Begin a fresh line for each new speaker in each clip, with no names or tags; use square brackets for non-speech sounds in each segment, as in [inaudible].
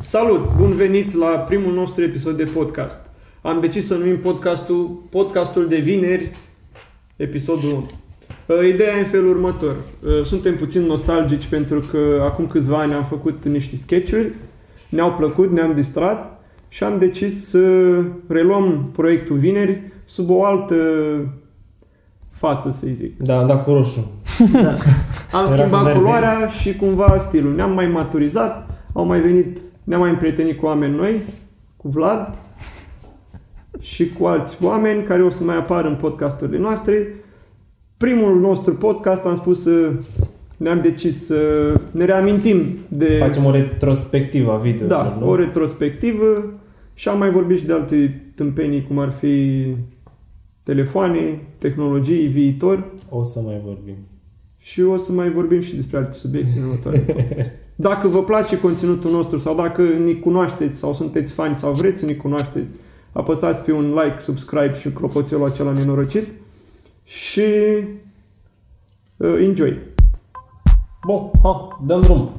Salut! Bun venit la primul nostru episod de podcast. Am decis să numim podcastul Podcastul de vineri, episodul 1. Uh, Ideea e în felul următor. Uh, Suntem puțin nostalgici pentru că acum câțiva ani am făcut niște sketch-uri, ne-au plăcut, ne-am distrat și am decis să reluăm proiectul vineri sub o altă față, să zic.
Da, am dat cu roșu.
Am
Era
schimbat
cu verde.
culoarea și cumva stilul. Ne-am mai maturizat, au mai venit, ne-am mai împrietenit cu oameni noi, cu Vlad și cu alți oameni care o să mai apară în podcasturile noastre. Primul nostru podcast am spus să ne-am decis să ne reamintim de
Facem o retrospectivă a video.
da, o retrospectivă și am mai vorbit și de alte tâmpenii cum ar fi telefoane, tehnologii, viitor.
O să mai vorbim.
Și o să mai vorbim și despre alte subiecte în următoarele podcast. Dacă vă place conținutul nostru sau dacă ne cunoașteți sau sunteți fani sau vreți să ne cunoașteți, apăsați pe un like, subscribe și clopoțelul acela nenorocit și uh, enjoy!
Bun, ha, dăm drum.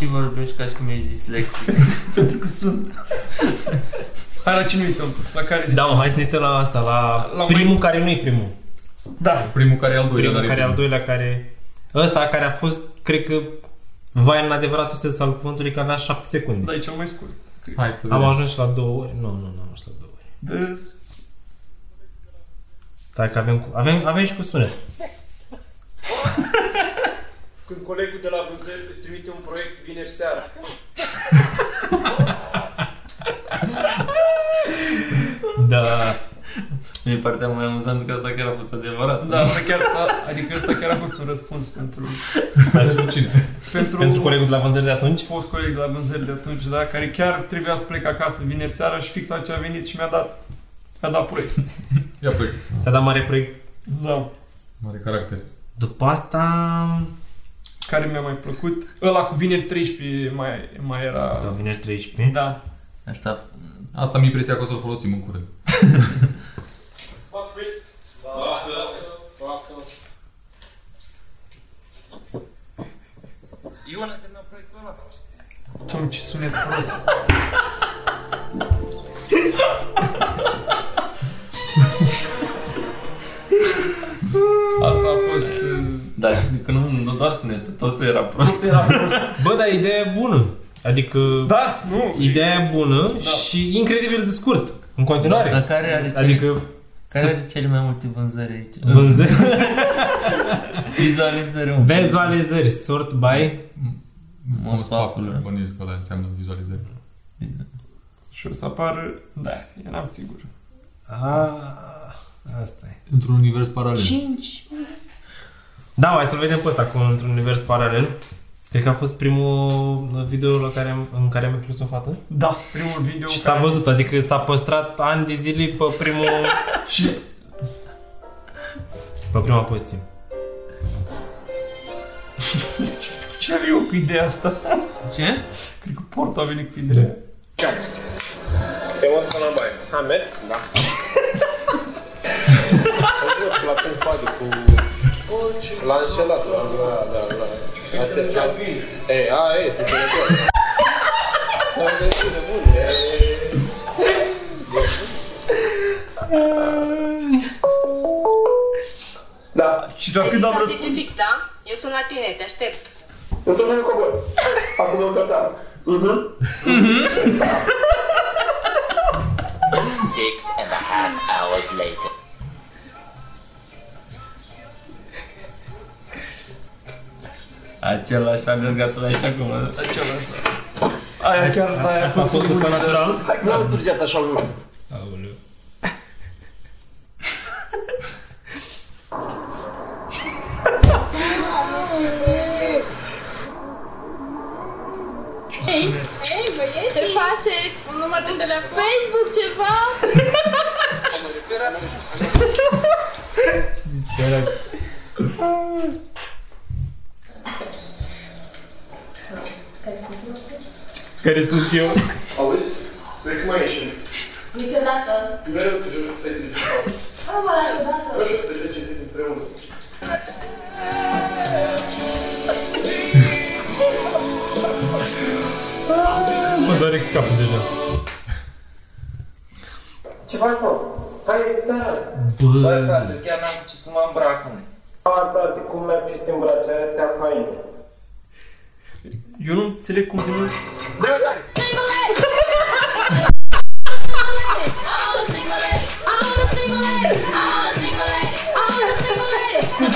Și vorbești ca și cum ești dislexic.
Pentru că sunt. Hai la cine uităm? La care?
Da, mă, hai să ne uităm la asta, la,
La
primul care nu e primul.
Da. [laughs] Primul care e al doilea.
primul
dar e
care e al doilea care... Ăsta care a fost, cred că, vai în adevăratul sens al cuvântului că avea 7 secunde.
Da, e cel mai scurt. cred.
Hai să
am
vedem.
ajuns și la două ori. Nu, nu, nu am ajuns la două ori.
Des.
Dacă avem, cu, avem, avem și cu sunet.
Când colegul de la vânzări îți trimite un proiect vineri seara.
Da.
E partea mai amuzantă că asta chiar a fost adevărat.
Da, asta chiar, a, adică ăsta chiar a fost un răspuns pentru,
Pentru cine?
pentru,
Pentru colegul de la vânzări de atunci.
fost coleg de la vânzări de atunci, da, care chiar trebuia să plec acasă vineri seara și fix aceea a venit și mi-a dat mi-a dat proiect.
Ia pe
Ți-a dat mare proiect.
Da.
mare caracter.
După asta...
Care mi-a mai plăcut. Ăla cu vineri 13 mai, mai
Asta
era...
vineri 13.
Da.
Asta
Asta mi-e impresia că o să-l folosim în curând.
Iona te mi-a proiectul ăla.
Ce, ce sunet prost. Asta a fost... uh,
Da, că nu, nu doar sunetul, totul era prost.
Bă, dar ideea e bună. Adică da.
Da, nu.
ideea e bună da. și incredibil de scurt. În continuare.
Da.
Dar care are, cele, adică,
Adică
care are cele mai multe vânzări aici?
vânzări,
Vizualizări un
vizualizări, sort by
Most
da.
popular.
Bănuiesc că ăla înseamnă vizualizare.
Și o să apară... Da, eram sigur.
a, asta e.
Într-un univers paralel.
5.
Da, hai să-l vedem pe ăsta cu într-un univers paralel. Cred că a fost primul video la care am, în care am inclus o fată.
Da, primul video
Și s-a văzut, adică s-a păstrat ani de zile pe primul...
Și
pe prima poziție.
ce am eu cu ideea asta?
Ce?
Cred că Porto a venit cu ideea.
Te mă până la baie. Am mers? Da. la cum pade cu... L-a înșelat, la, la, la, la. A terminat. Ei, a, ei, sunt înțelegător. Am găsit de bun. e- Da,
Și rapid am răspuns.
Zice fix, da? Eu sunt la tine, te aștept.
într-un moment cobor. Acum e un cățar. Mhm.
six and a half hours later.
Acela și-a alergat la și acum.
Acela Aia chiar, aia a
Asta a
fost
fost după natural.
Nu am surgeat așa lung.
Aoleu.
Ei, ei, băieți, ce faceți? Un număr de telefon? Facebook, ceva?
Care sunt eu?
Auzi? Vezi cum mai ieși?
Niciodată
niciodată.
Mereu te joci cu fetele și cu faptul.
Nu mă lași odată.
Mă joc de 10 zile împreună.
Mă doare capul deja.
Ce faci, mă? Hai, e seara.
Bă, frate, chiar n-am cu ce să mă îmbrac, mă.
A, frate, cum mi-ar fi să te îmbraci? Aia te-a haine.
Eu nu înțeleg cum de nu...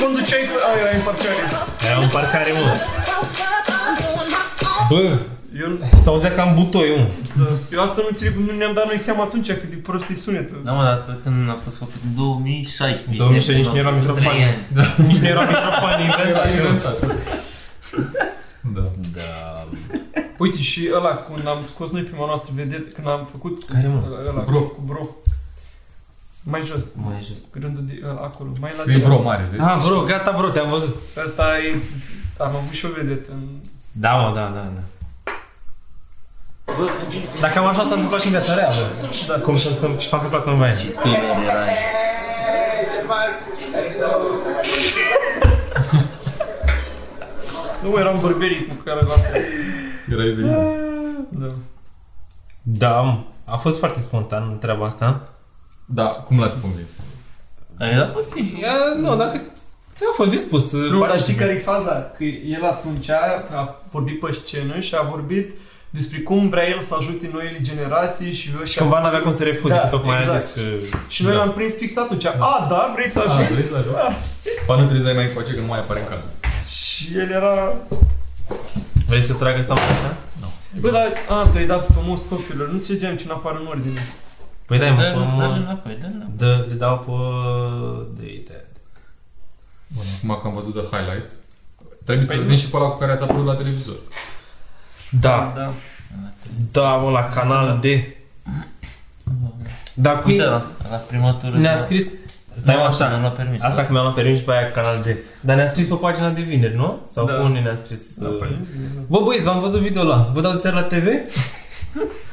Cum duceai aia în parcare?
Aia un parcare, mă. Bă,
Eu, nu-
s-auzea cam butoi, mă.
eu asta nu înțeleg cum nu ne-am dat noi seama atunci cât de prost e sunetul.
Da, mă, dar asta când a fost făcut în 2016.
2016 nici nu era
Cu trei
microfon.
ani.
Nici nu era microfon
[laughs]
Era
inventat.
inventat. Da.
Da.
Uite și ăla când am scos noi prima noastră vedetă, când am făcut cu
Care, mă?
ăla,
Bro.
cu bro. Mai jos,
Mai jos.
cu rândul de ăla, acolo, mai la
Scrie vreo mare, vezi?
Ah, bro, gata, bro, te-am văzut.
Asta e... Am avut și o vedetă în...
Da, mă, da, da, da. Dar cam așa s-a întâmplat și în viața reală. Da. Cum s-a cum s-a întâmplat în baie.
Tânăr erai.
Nu, eram bărberii cu care l-am
Era eveniment.
Da.
Da, mă. a fost foarte spontan treaba asta.
Da, cum l-ați convins?
Ah,
Aia a fost simplu.
Ea, nu, dacă... A fost dispus.
Nu, dar știi care e faza? Că el atunci a vorbit pe scenă și a vorbit despre cum vrea el să ajute noile generații și eu
Și cumva n-avea cum să refuze,
Da,
că tocmai a
exact.
zis că...
Și noi
Da.
l-am prins fix atunci. A, da, vrei să ajungi?
vrei să ajungi? Până trebuie să dai mai încoace că nu mai apare în cadru.
Și el era...
Vrei să trag asta mai așa?
Bă, dar, a, tu ai dat frumos copilor, nu înțelegeam ce apare în ordine.
Păi dai, mă,
Dă-l
până
dă-l
mă...
înapoi, dă-l înapoi.
Dă, le dau pe... De uite.
Bun, acum că am văzut de highlights, trebuie să
Păi
vedem și pe ăla cu care ați apărut la televizor.
Da,
Da.
da, mă, la canal D. Da, cu...
Uite, la, la prima tură.
Ne-a
da.
scris... Stai
Nu,
mă,
așa,
așa,
nu l-a permis.
Asta că mi-am luat permis și pe aia canal D. Dar ne-a scris pe pagina de vineri, nu? Sau
Da. păi.
unde ne-a scris? uh, Bă, băieți, v-am văzut video ăla. Vă dau seara la
[laughs]
TV?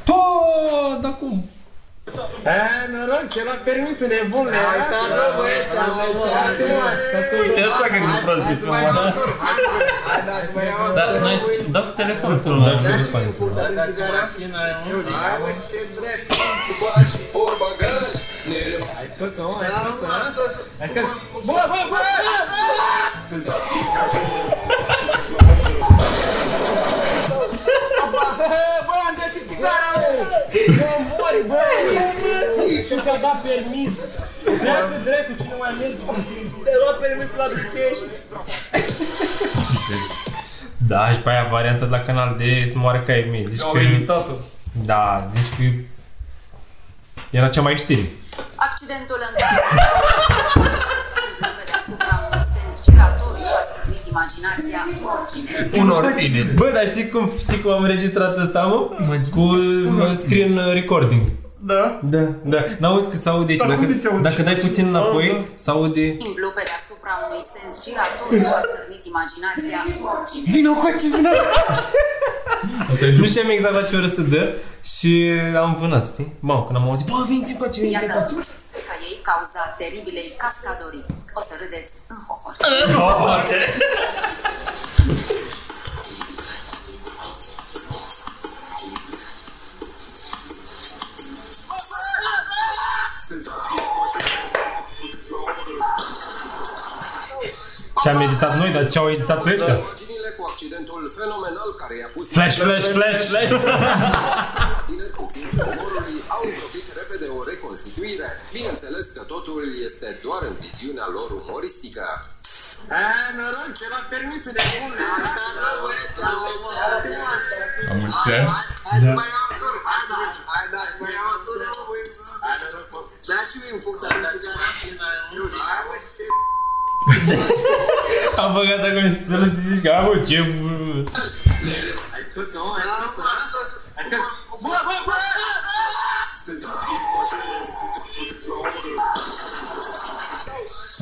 Pă, dar cum?
Hai, stai, bă, băieți, am mai ținut.
Uite asta că e prost de filmat. Dar noi, da cu telefonul
Dar
filmat.
ce nu fac?
Hai, mă, ce drept. Da, mă, am scos-o. Bă, bă, bă, am găsit țigara, mă.
Da, și pe aia variantă de la canal D se moare ca e mie. Zici
Au
că...
imitat-o.
Da, zici că... Era cea mai știri.
Accidentul în care cu bramul este giratoriu, a stârnit imaginația oricine.
Unor tineri.
Bă, dar știi cum, știi cum am înregistrat ăsta, mă? Cu uh, screen recording.
Da.
Da, da. N-auzi că se aude aici.
Dar
Dacă,
cum se aude? Ah, da.
dacă dai puțin înapoi, se aude...
Simplu pe deasupra unui sens giratoriu a stârnit imaginația oricine.
Vino cu aici, vino
Asta e
Nu
Giup.
știam exact la ce oră să dă și am vânat, știi? Mamă, când am auzit, bă, vinți cu aici, vinți
Iată,
cu
frica ei cauza teribilei cascadorii. O să râdeți în hohot.
Ce am editat noi, dar ce au editat pe ăștia?
Imaginile cu accidentul fenomenal care i-a pus
Flash, flash, flash, flash!
tineri cu simțul umorului au gropit repede o reconstituire. Bineînțeles că totul este doar în viziunea lor umoristică. A, noroc, ce l-a permis de bun. Asta rău, băieți, am
Am mulți ani.
Hai să mai iau un tur, hai să hai da, să mai iau un tur, mă, voi. Hai, noroc, mă. Da, și mie îmi fug să avem țigara. Hai, mă, ce
Am băgat acolo și să le zici că, a, bă, ce...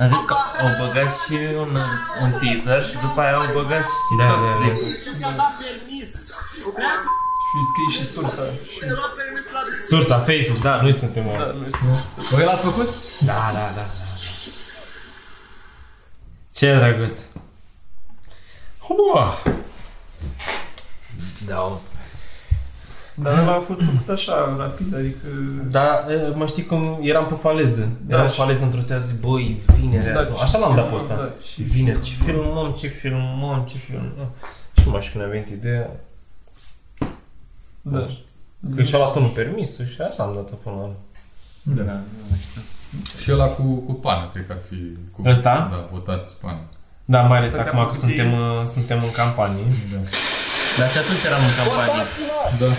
Am zis că au băgat și un, un teaser și după aia au băgat și
Da,
da,
da, da.
tot clipul.
Și îi scrie și sursa.
l-a permis la
Sursa Facebook, da, noi suntem oameni.
Da, nu este.
Voi l-ați făcut?
Da, da, da, da. Ce drăguț. Hua! Da.
Dar ăla a fost făcut așa, rapid, adică...
Da, e, mă știi cum eram pe faleză.
Da,
Eram pe
și-
faleză într-o seară zi, băi, vineri
Da,
azi, mă.
și-
Așa l-am dat pe ăsta.
da,
Și vineri, ce filmăm, ce filmăm, ce filmăm. Și nu mai știu când a venit ideea.
Da.
Că și-a luat unul permisul și așa am dat-o până la urmă.
Da, da, nu știu. Și ăla cu, cu pană, cred că ar fi... Cu,
Ăsta?
Da, votați pană.
Da, mai ales
Asta
acum că
că
suntem, uh, suntem în campanie.
Da.
Dar și atunci eram în campanie.
Da.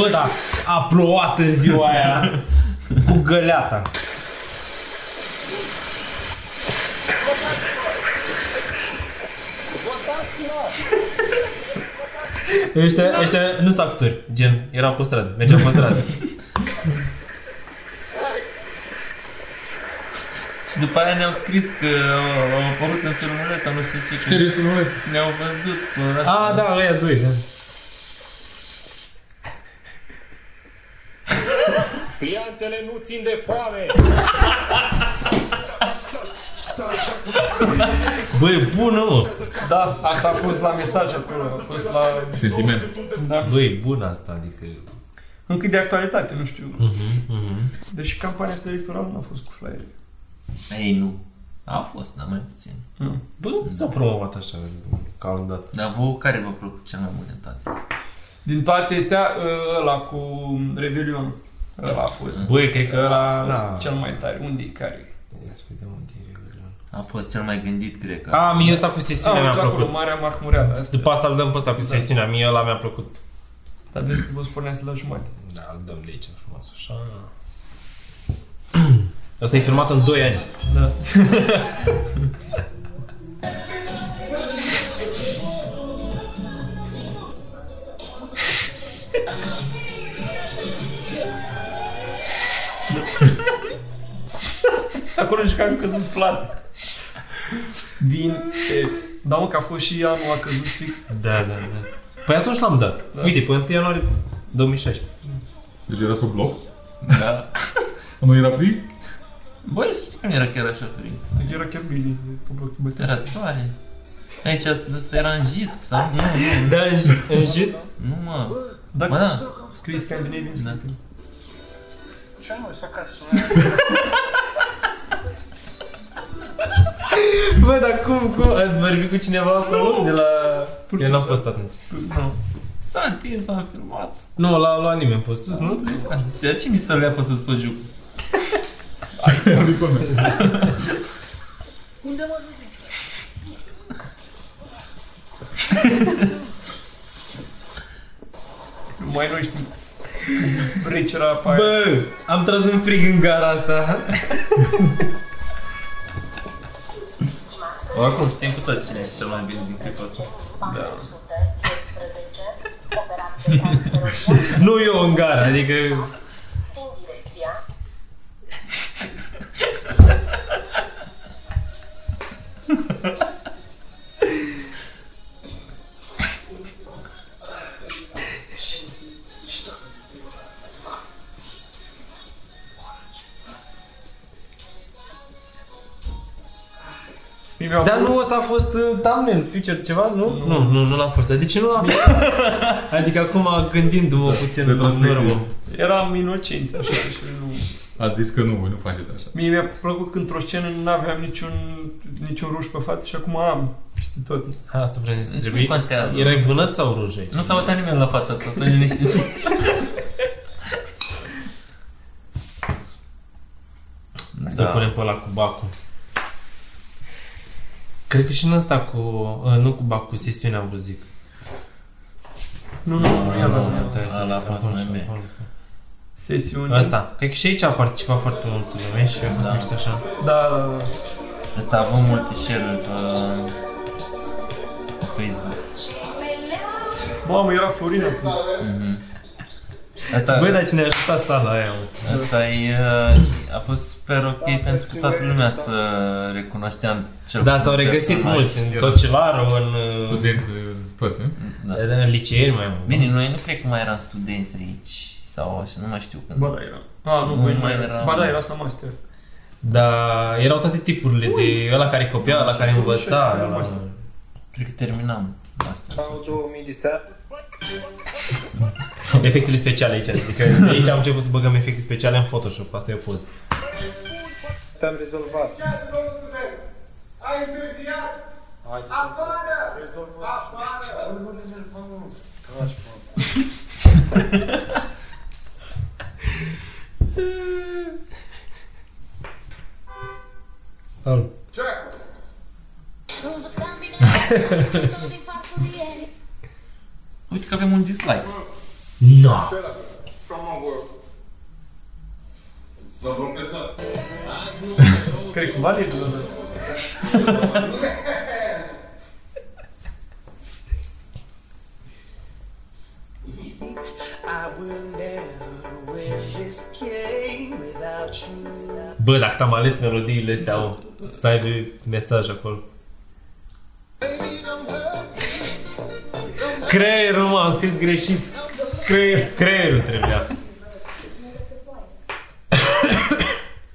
Bă, da, a plouat în ziua aia cu găleata. Ăștia, ăștia nu sunt actori, gen, erau pe stradă, mergeau pe stradă.
Și după aia ne-au scris că au, au apărut în filmul ăsta, nu știu ce. că
Știți un moment?
Ne-au văzut cu asta.
A, da, ăia doi, da.
Pliantele nu țin de foame!
Băi, bună, mă!
Da, asta a fost la mesaj acolo, a fost la...
Sentiment.
Da.
Băi, bună asta, adică...
Încă de actualitate, nu știu.
Mhm, mhm.
Deși campania asta electorală nu a fost cu flyere.
Ei, nu. A fost, dar mai puțin.
Bă, nu s-a promovat așa, ca un dat.
Dar vouă care vă plăcut cel mai mult de toate?
Din toate astea, ăla cu Revelion. Ăla a fost.
Băi, cred că ăla...
A
Na.
fost cel mai tare. Unde e? Care
Ia să vedem unde e Revelion.
A fost cel mai gândit, cred că.
A, mie ăsta cu
e?
sesiunea
Ah,
mi-a
uite acolo,
plăcut.
Marea Mahmureală. Asta.
După asta îl dăm pe ăsta cu sesiunea, mie ăla mi-a plăcut.
Dar vezi că vă spuneați la jumătate.
Da, îl dăm de aici frumos, așa. Asta e filmat în 2 ani.
Da. Acolo și că am căzut plat. Vin. E, da, mă, că a fost și anul a căzut fix.
Da, da, da. Păi atunci l-am dat. Uite, pe 1 ianuarie 2016.
Deci erați pe bloc?
Da.
[laughs] Nu era frig?
Băi, să știu că nu era chiar așa frig.
Era chiar bine pe blocul bătea.
Era soare. Aici asta asta era în jisc sau nu, nu,
Da, în, în just.
nu mă.
Da,
Bă, da.
scris Scandinavian
Da.
Sleeping.
Bă, dar cum, cum? Ați vorbit cu cineva acolo? De la...
Pur și
Eu n-am
simplu.
fost atunci.
Da.
S-a întins, s-a filmat.
Nu, l-a luat nimeni pe sus, nu?
Ceea cine să-l ia pe sus pe juc?
Mai noi știm. Rece era pe aia.
Bă, am tras un frig în gara asta.
Oricum știm cu toți cine este cel mai bine din clipul ăsta.
Nu eu în gara, adică...
Mie mi-a
Dar
plăcut.
nu ăsta a fost uh, thumbnail, feature, ceva, nu? Nu, nu, nu, l-am fost. Dar de ce nu
[laughs]
l-am fost? adică acum gândindu-mă puțin în
retrospectiv.
urmă.
Eram inocenți așa și nu...
A zis că nu, voi nu faceți așa.
Mie mi-a plăcut că într-o scenă nu aveam niciun, niciun ruș pe față și acum am, știi tot.
Asta vreau să
Deci
trebuie.
nu contează.
Erai vânăt sau ruj aici?
Nu s-a uitat nimeni la fața ta, stai liniștit.
Să
Da.
punem pe ăla cu bacul. Cred că și în asta cu... uh, Nu cu bacul, cu sesiunea am vrut zic.
Nu, nu, nu, ia
Nu,
la
nu, stai, stai,
Ăla a
stai,
fost mai
acolo,
bine.
acolo.
sesiune.
Asta. Cred că și aici a participat foarte mult lume și a fost mișto așa.
Da, da, da.
Asta a avut multe share-uri pe pe Facebook.
Mamă, era Florina. acum.
Asta... Băi, da. dar cine a ajutat sala aia, mă?
Asta e, uh, a fost super ok pentru că toată lumea să recunoșteam cel
Da,
puțin
s-au regăsit
personaj.
mulți în Tocilarul, în...
Studenți toți, eh? nu?
Da.
În liceieri mai mult.
Bine, noi nu cred că mai eram studenți aici sau așa, nu mai știu când.
Ba da, era. A, nu, voi nu mai erați.
eram.
Ba da, era asta master.
Dar erau toate tipurile de ăla care copia, ăla care învăța. ăla-
Cred că terminam asta.
Sau 2000 de seară.
[laughs] Efectele speciale aici, adică de aici am început să băgăm efecte speciale în Photoshop, asta e o poză.
Te-am rezolvat.
Ai întârziat! Afară! Afară! Nu mă enerva, mă. Taci,
Salut.
Uite că avem un dislike.
No.
Cred că valid, doamne.
Bă, dacă am ales melodiile astea, o, să aibă mesaj acolo. Creierul, mă, am scris greșit. Creier, creierul trebuia.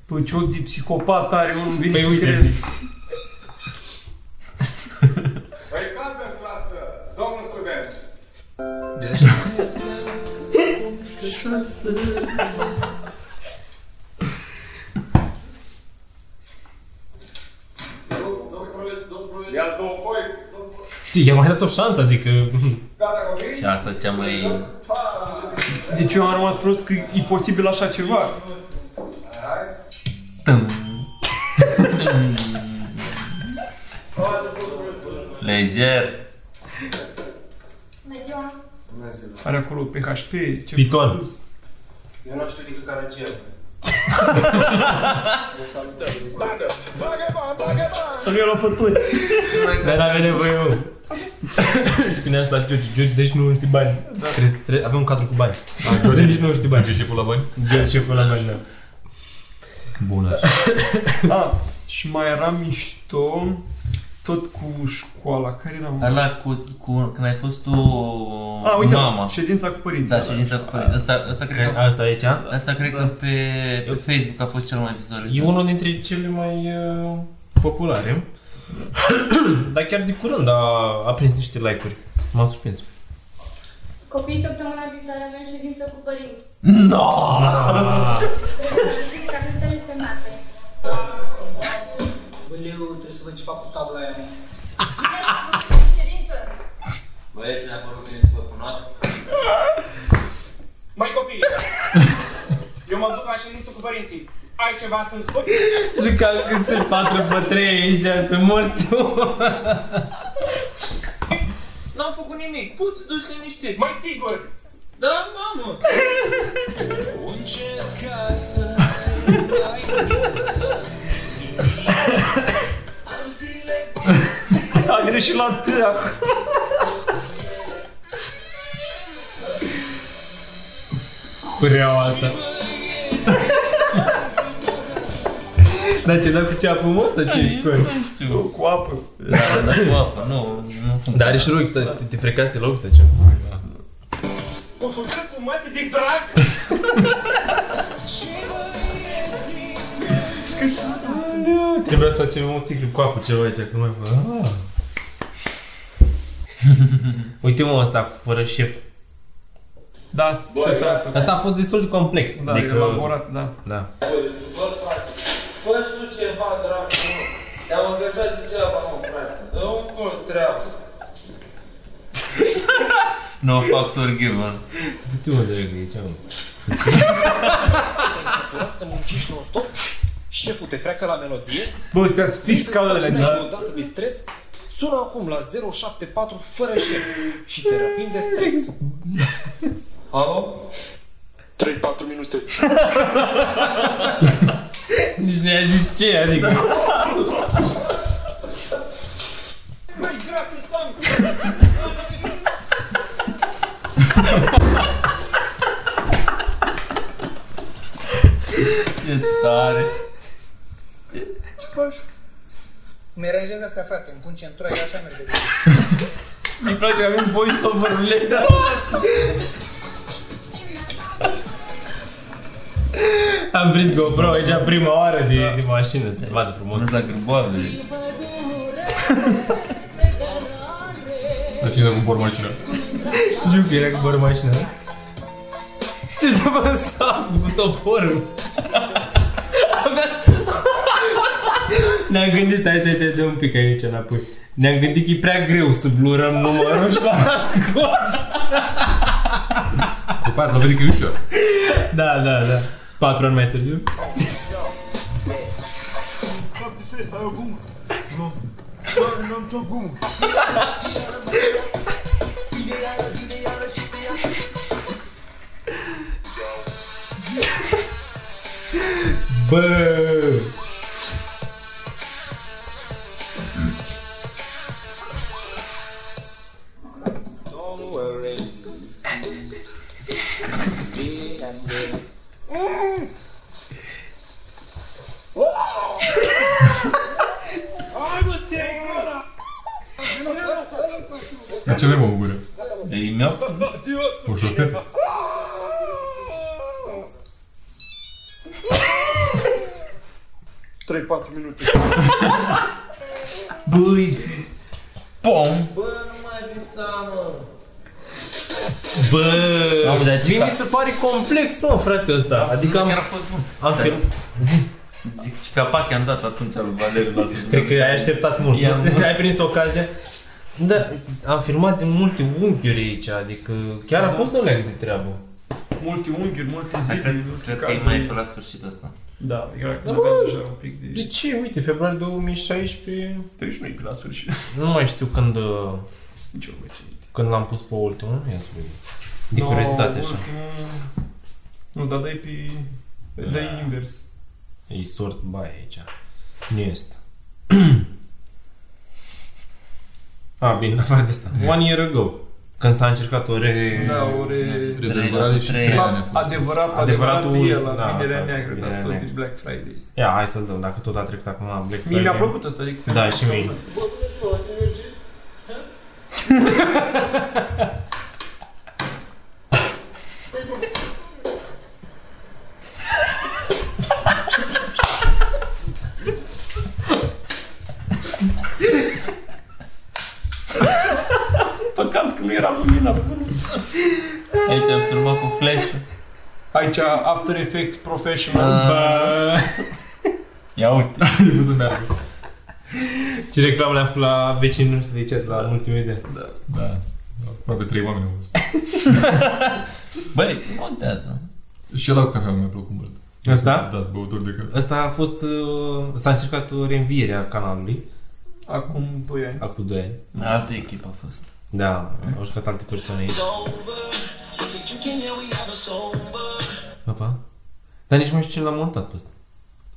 Păi ce ochi de psihopat are unul vine
Păi
și
uite.
crede.
Păi cadă în clasă, domnul student! Ia două foi!
Știi, i-am mai dat o șansă, adică...
Și asta cea mai...
Deci eu am rămas prost că e posibil așa ceva.
Lejer.
Bună ziua! Bună ziua!
Are acolo PHP, ce
Piton.
Eu nu știu decât care ger.
Nu i-a luat pe toți. Dar n-avea nevoie eu. Spunea asta George, George, deci nu știi bani. Trebuie- trebuie- avem un cadru cu bani.
George-
Deci nu știi bani.
George e șeful la bani?
George e șeful la bani, da.
Bună.
A, și mai era mișto tot cu școala. Care era? mă?
Ăla cu, cu, când ai fost tu
A, uite,
mama.
ședința cu părinții.
Da, ședința cu părinții. Asta, asta cred
Cred-
că...
asta aici?
Asta cred că pe, pe Facebook a fost cel mai vizualizat.
E unul dintre cele mai uh, populare. Dar chiar de curând a, a prins niște like-uri. M-a surprins.
Copiii, săptămâna viitoare avem ședință cu părinți.
No!
Cuvintele semnate.
Băleu, trebuie să văd ce fac cu tabla aia.
Băieți, ne-a părut bine să vă cunosc.
Mai copii! Eu mă duc la ședință cu părinții. Ai ceva să-mi spui?
Și că când se patru pe trei aici, să mor tu.
N-am făcut nimic. Poți să te duci liniștit. Mai sigur! Da, mamă! Încerca să te dai
A greșit Da, la T acum.
Cureaua asta. Dar ți-ai dat cu ceapă, mă, sau ce?
Da,
Nu
știu.
Cu apă.
Da, da, cu apă, nu, nu funcționează.
Dar Da, are și rog, te, te frecase loc sau ce?
O făcut cu mătii de drag!
Trebuia să facem un ciclu cu apă ceva aici, că nu mai fă. Ah. Uite mă ăsta cu fără șef.
Da, și asta.
Asta a fost destul de complex. Adică
Da, elaborat, da.
Da.
Fă și tu ceva, dragul meu. Te-am angajat degeaba, mă, frate. Dă un cul, treabă.
No fucks were given.
Du-te mă, dragă, aici, mă.
Vreau să muncești non-stop? Șeful te freacă la melodie?
Bă, ăstea sunt fix ca ălea,
da?
da.
o dată de stres? Sună acum la 074 fără șef și terapii de stres. Alo? 3-4 minute.
Nici ne-a zis ce, adică.
Mai gras să stăm!
Ce tare.
Ce faci?
Mi-aranjez astea, frate, îmi pun centura, eu așa merg.
Mi place că avem voice-over-urile astea.
Am prins GoPro aici prima oară
Da.
de, de mașină, se vadă frumos.
La grboave.
Dar cine cu bormașina?
Știu că era cu bără mașină. Deci am asta cu toporul. Ne-am gândit, stai, stai, stai, dă un pic aici înapoi. Ne-am gândit că e prea greu să blurăm numărul și l-am scos.
După asta vede că e ușor.
Da, da, da. Patru ani mai târziu. Bă!
Dar ce avem o gură?
E meu?
O șosetă?
Trei, patru minute.
Băi. Pom.
Bă, nu mai visa, mă.
Bă!
Am dat
Mie
cica.
mi se pare complex, mă, frate, ăsta. Adică am...
Chiar a fost bun.
Am
Da.
fi...
Zic, ce capac i-am dat atunci lui Valeriu la sfârșit.
Cred că ai așteptat mult.
I-am-
[laughs] Ai prins ocazia. Da, am filmat din multe unghiuri aici, adică chiar a fost o leac de treabă.
Multe unghiuri, multe
Hai,
zile.
cred- Cred că e mai pe la sfârșit asta.
Da, era
Da,
da,
bă,
deja un pic de...
De ce? Uite, februarie 2016...
Deci nu e pe la sfârșit.
Nu mai știu când... uh,
Nici eu nu mai țin minte.
Când l-am pus pe ultimul, ia să vedem. De curiozitate
No,
așa.
ultimul- Nu, dar dai pe... Dai invers.
E sort bai aici. Nu este. [clears throat] A, bine, în afară de asta. One year ago. Când s-a încercat o re...
Da, ore...
Rezervare și
trei
De
trei ani
fapt,
a fost.
adevărat, adevărat,
Adevăratul-
adevărat e la
da,
da, vinerea
asta,
neagră, dar
Vinerea
a fost de
Neagră.
Black Friday.
Ia, hai să-l dăm, dacă tot a trecut acum la Black
Mie
Friday.
mi-a plăcut asta, adică...
Da, și mie.
Păcat că nu era lumina.
Aici am filmat cu flash
Aici After Effects Professional.
Bă,
Ia uite.
Nu pot să meargă.
Ce reclamă le-am făcut la vecinul nostru de aici, la ultimul de.
Da. Aproape trei oameni au fost.
Băi, nu contează.
Și ăla cu cafea mi-a plăcut mult.
Ăsta?
Da, băuturi de cafea.
Asta a fost... uh, S-a încercat o reînviere a canalului,
Acum 2 ani.
acum 2 ani.
Altă echipă a fost.
Da, au jucat alte persoane aici. Opa. Dar nici nu știu ce l-am montat pe ăsta.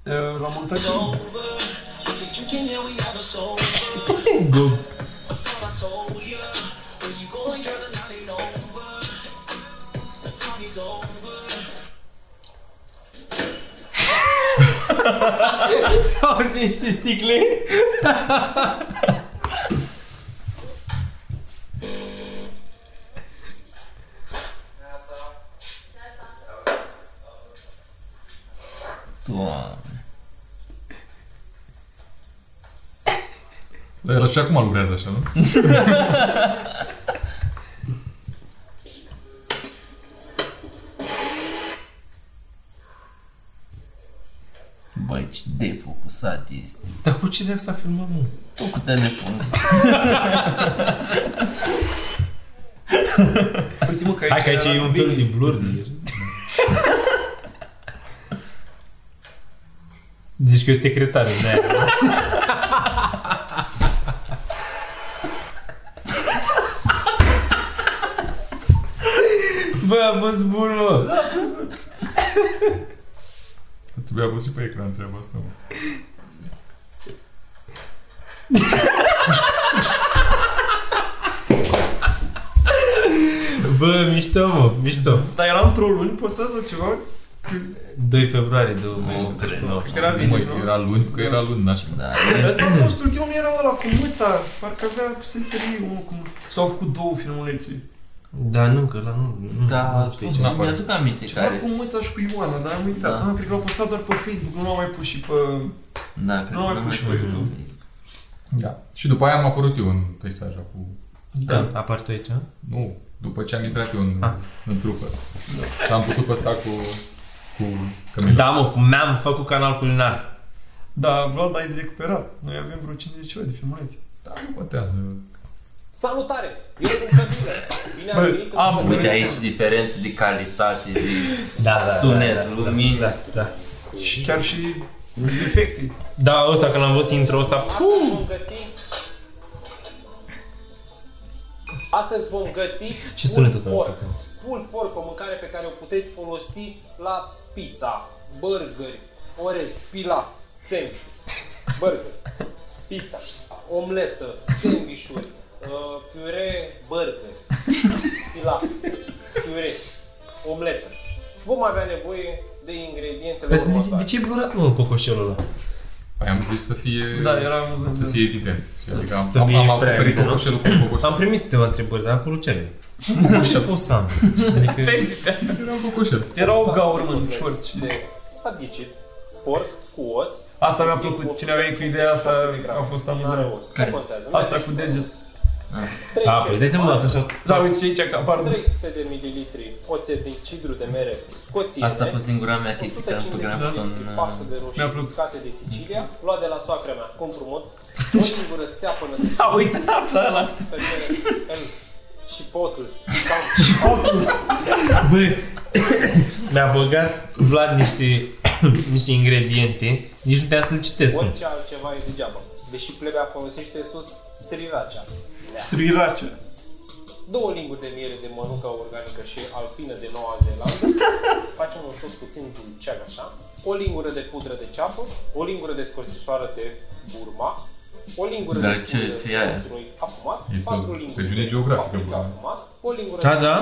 Uh, L-am montat eu.
Go. S-au auzit niște sticle?
Doamne.
Dar el și acum lucrează așa, nu?
Băi, ce defocusat este.
Dar cu ce drept s-a filmat, mă?
Tu cu telefonul.
Uite mă că
Hai că aici e
era
un fel
bine.
de blur Zici că e secretarul de aia. Bă, a fost bun, mă.
Trebuia văzut și pe ecran treaba asta, mă.
Bă, mișto, mă, mișto.
Dar era într-o luni postat sau ceva?
2 februarie 2019.
Cred că era vineri,
Mă,
nu?
era luni, că era luni, n-aș
Da,
mă.
Asta a fost ultimul, era ăla cu muța, parcă avea să-i sări unul cu muța. S-au făcut două filmulețe.
Da, nu, că la nu... nu
Da,
nu deci, știu
sunt-
ce apare.
mi-aduc aminte
Ceva
care...
cu muța și cu Ioana, dar am uitat.
Da.
Da. Cred că l-au postat doar pe Facebook, nu l-au mai pus și pe...
Da,
nu l-au mai pus și pe YouTube.
Da. Și după aia am apărut eu în peisaj cu...
Da. Apar tu aici?
Nu, după ce am intrat eu în, în trupă. Și am făcut pe ăsta cu... cu Camila.
Da, mă, cum mi-am făcut canal culinar.
Da, Vlad, ai de recuperat. Noi avem vreo 50 ceva de filmulețe.
Da, nu contează.
Salutare! Eu sunt Cătulă. Bine
Bă,
am venit în
am-
București.
Uite aici diferențe de calitate, de
Da, da,
sunet,
da, da,
lumini.
Da, da.
Și chiar și efecte.
Da, ăsta, când am văzut intro ăsta...
Astăzi vom găti... Astăzi vom găti
Ce
pulled
sunet ăsta de
pork.
tocmai?
Pulled pork, o mâncare pe care o puteți folosi la pizza, burgeri, orez, pilat, sandwich, burger, pizza, omletă, sandvișuri, uh, piure, burger, pilat, piure, omletă. Vom avea nevoie de ingredientele
Păi, De, de
următoare.
ce e blurat, mă, cocoșelul ăla?
Păi am zis să fie...
Da, era amuzant,
Să
da.
fie evident. Și Adică am,
să
am,
fie
am
prea
acoperit
evident, nu?
cocoșelul cu cocoșelul.
Am primit câteva întrebări, dar acolo ce ai? Cocoșel. Cum să am? Adică...
Era un cocoșel.
Era o gaură, mă, în short. și-
de adghicit, porc cu os.
Asta Da, mi-a plăcut. Cine a venit cu ideea asta a fost amuzant.
N-are os.
Care? Ah.
Nu contează.
Asta cu deget.
Trei
A, păi
ceai
dai seama
mari,
că așa...
Da, uite și aici, că apar
300 de mililitri oțet din cidru de mere scoțiene.
Asta a fost singura mea chestie care am
150
programat
de
în...
litri pastă de
Mi-a
roșii
plăcut.
uscate de Sicilia, luat de la soacra mea, cu
[laughs]
împrumut, o singură țeapănă de
A uitat ăla.
pe mere, el și potul.
Bă, mi-a băgat Vlad niște, [coughs] niște ingrediente, nici nu te-a să-l citesc. mă.
Orice altceva e degeaba. Deși plebea folosește sus sriracha.
Sriracha.
două linguri de miere de mănuca organică și alpină de Noua
[laughs]
Zeelandă, facem un sos puțin dulceag așa, o lingură de pudră de ceapă, o lingură de scorțișoară de Burma, o lingură
Dar
de
ce
pudră
fi
de
aia?
usturoi afumat,
Este
patru
o
linguri
regiune
de
geografică,
paprika
Burma.
afumat, o lingură
Da,
de
da.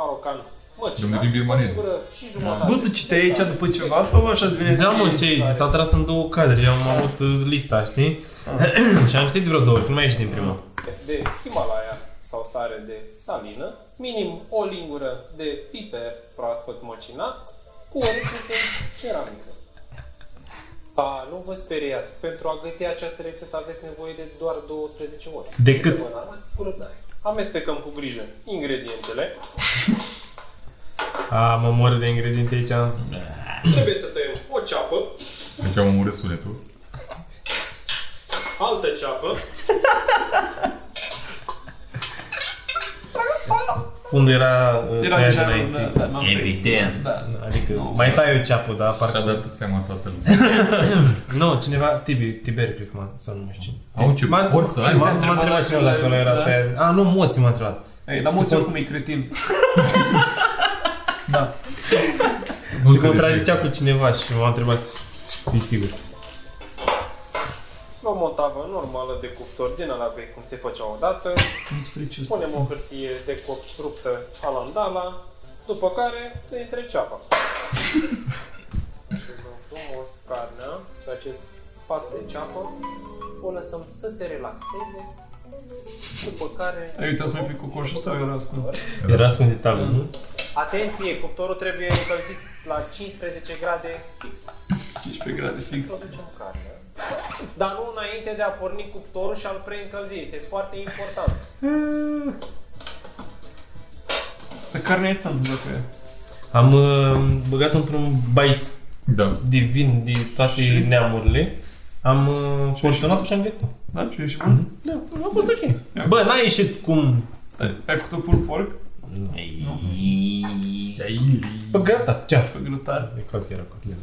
marocan măcina,
Domnul din
o
birmaneză. Da.
lingură și jumătate.
Bă, tu citeai aici după ceva sau așa devine?
Da, mă, ce s-a tras în două cadre, eu am avut uh, lista, știi? [coughs] și am citit de vreo două, ori, nu mai ieși din prima.
de Himalaya sau sare de salină, minim o lingură de piper proaspăt măcinat cu o rețetă ceramică. Ba, nu vă speriați, pentru a găti această rețetă aveți nevoie de doar 12 ore.
De cât?
Să vă înarmați cu răbdare. Amestecăm cu grijă ingredientele.
A, mă mor de ingrediente aici.
Trebuie să tăiem o ceapă,
Deci am omorât sunetul.
altă ceapă,
Fundul era, uh,
Era
tăiat
deja,
înainte.
da, da,
uh, Evident.
Adică mai tai eu ceapă, da,
Și-a
parcă...
dat seama
[laughs]
toată lumea.
Nu, cineva, Tibi, Tiber, cred că m-a, sau nu mai știu.
Au ce
M-a-
forță ai.
M-a
mă.
m-a întrebat cineva dacă ăla era
Da.
tăiat. A, nu, moții m-a întrebat.
Ei, dar mulți oricum e cretin. Da.
Nu
Se
te
contrazicea
dezlegi.
cu cineva și m-a întrebat să fii sigur.
luăm o tavă normală de cuptor din ala vechi, cum se făcea odată, punem o hârtie de copt ruptă alandala, după care se intre ceapa. Așezăm frumos carnea pe acest pat de ceapă, o lăsăm să se relaxeze, după care...
Ai uitat să mai pui cocoșul sau era ascuns?
Era ascuns de tavă, nu?
Atenție, cuptorul trebuie încălzit la 15 grade fix.
15 grade fix.
Introducem carnea, dar nu înainte de a porni cuptorul și a-l preîncălzi, este foarte important.
Pe carne ai țantă dacă e.
Am uh, băgat într-un bait
Da.
divin din toate
Și?
neamurile. Am uh,
Și-
porționat-o și am gătit-o.
Da? Și e și bun?
Da, a fost ok. Bă, n-a ieșit cum...
Ai făcut-o pull porc?
Ei,
Bă, gata, ce-a făcut?
Pe grătar?
E clar că era cotlet.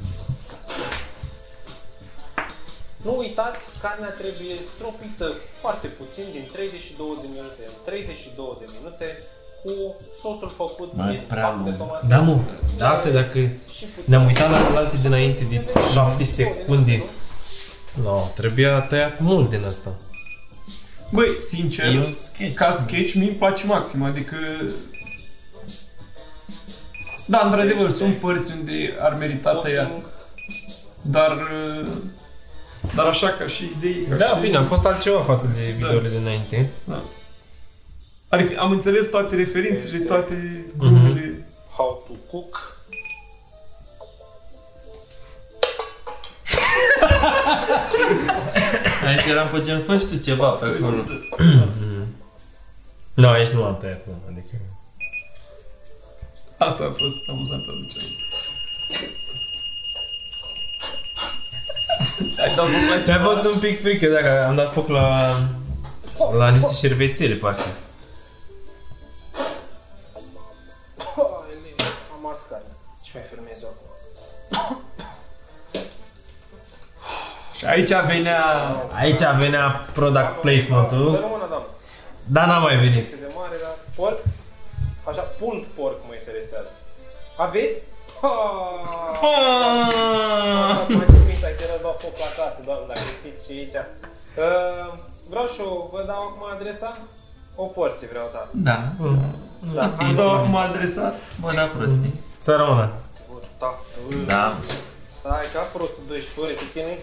Nu uitați, carnea trebuie stropită foarte puțin, din 32 de minute în 32 de minute, cu sosul făcut
Mai
din
prea
pastă de
lung.
tomate.
Da, mă, dar asta e dacă
Și puțin
ne-am uitat la alte dinainte de 7 secunde. No, trebuia tăiat mult din asta.
Băi, sincer,
e un sketch.
ca sketch mi-mi place maxim, adică Da, într-adevăr, sunt părți unde ar merita tăiat. Dar... uh, Dar așa ca și idei... ca
Da,
și-
bine, am fost altceva față de videourile de înainte.
Da. Adică am înțeles toate referințele, toate
Mhm.
glumele. How to cook.
Aici eram pe gen, fă și tu ceva pe acolo.
Nu, aici nu am tăiat, nu, adică...
Asta a fost amuzant atunci. Ai dat foc la
Mi-a fost un pic frică, dacă am dat foc la... La niște șervețele, parcă.
Am ars care. Ce mai fermez eu acum?
Și aici venea...
Aici venea product placement-ul.
Să rămână, doamnă.
Dar n-a mai venit.
Cât de mare, dar porc? Așa, punt porc mă interesează. Aveți? Aaaa! Asta mă trimis, ai chiar dat foc la casă, doamnă, dacă știți ce e aici. Uh, Vreau și eu, vă dau acum adresa? O porție vreau, da.
Da.
Da.
Am
dat acum adresa.
Bă, da, prostii.
Să rămână.
Da.
Da.
Stai, ca prostul 12 ore pe tine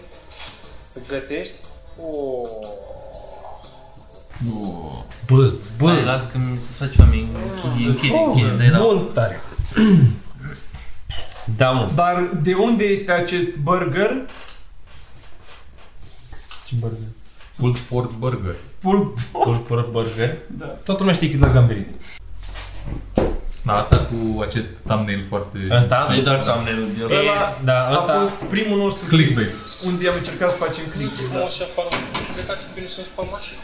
să gătești. O,
Bă, bă. Hai, las că mi se face oameni. Închide, închide, închide, dai la...
Bun, tare. Da, mă.
Dar de unde este acest burger?
Ce burger? Pulled pork burger.
Pulled
pork, burger?
Da.
Toată lumea știe cât la gamberit.
Da, asta cu acest thumbnail foarte...
Asta? E doar thumbnail-ul,
E,
Ăla
da,
a
ăsta-
fost primul nostru
Clickbait.
unde am încercat să facem clickbait. Da.
Așa afară, cred că ar fi bine să-mi spăl mașina.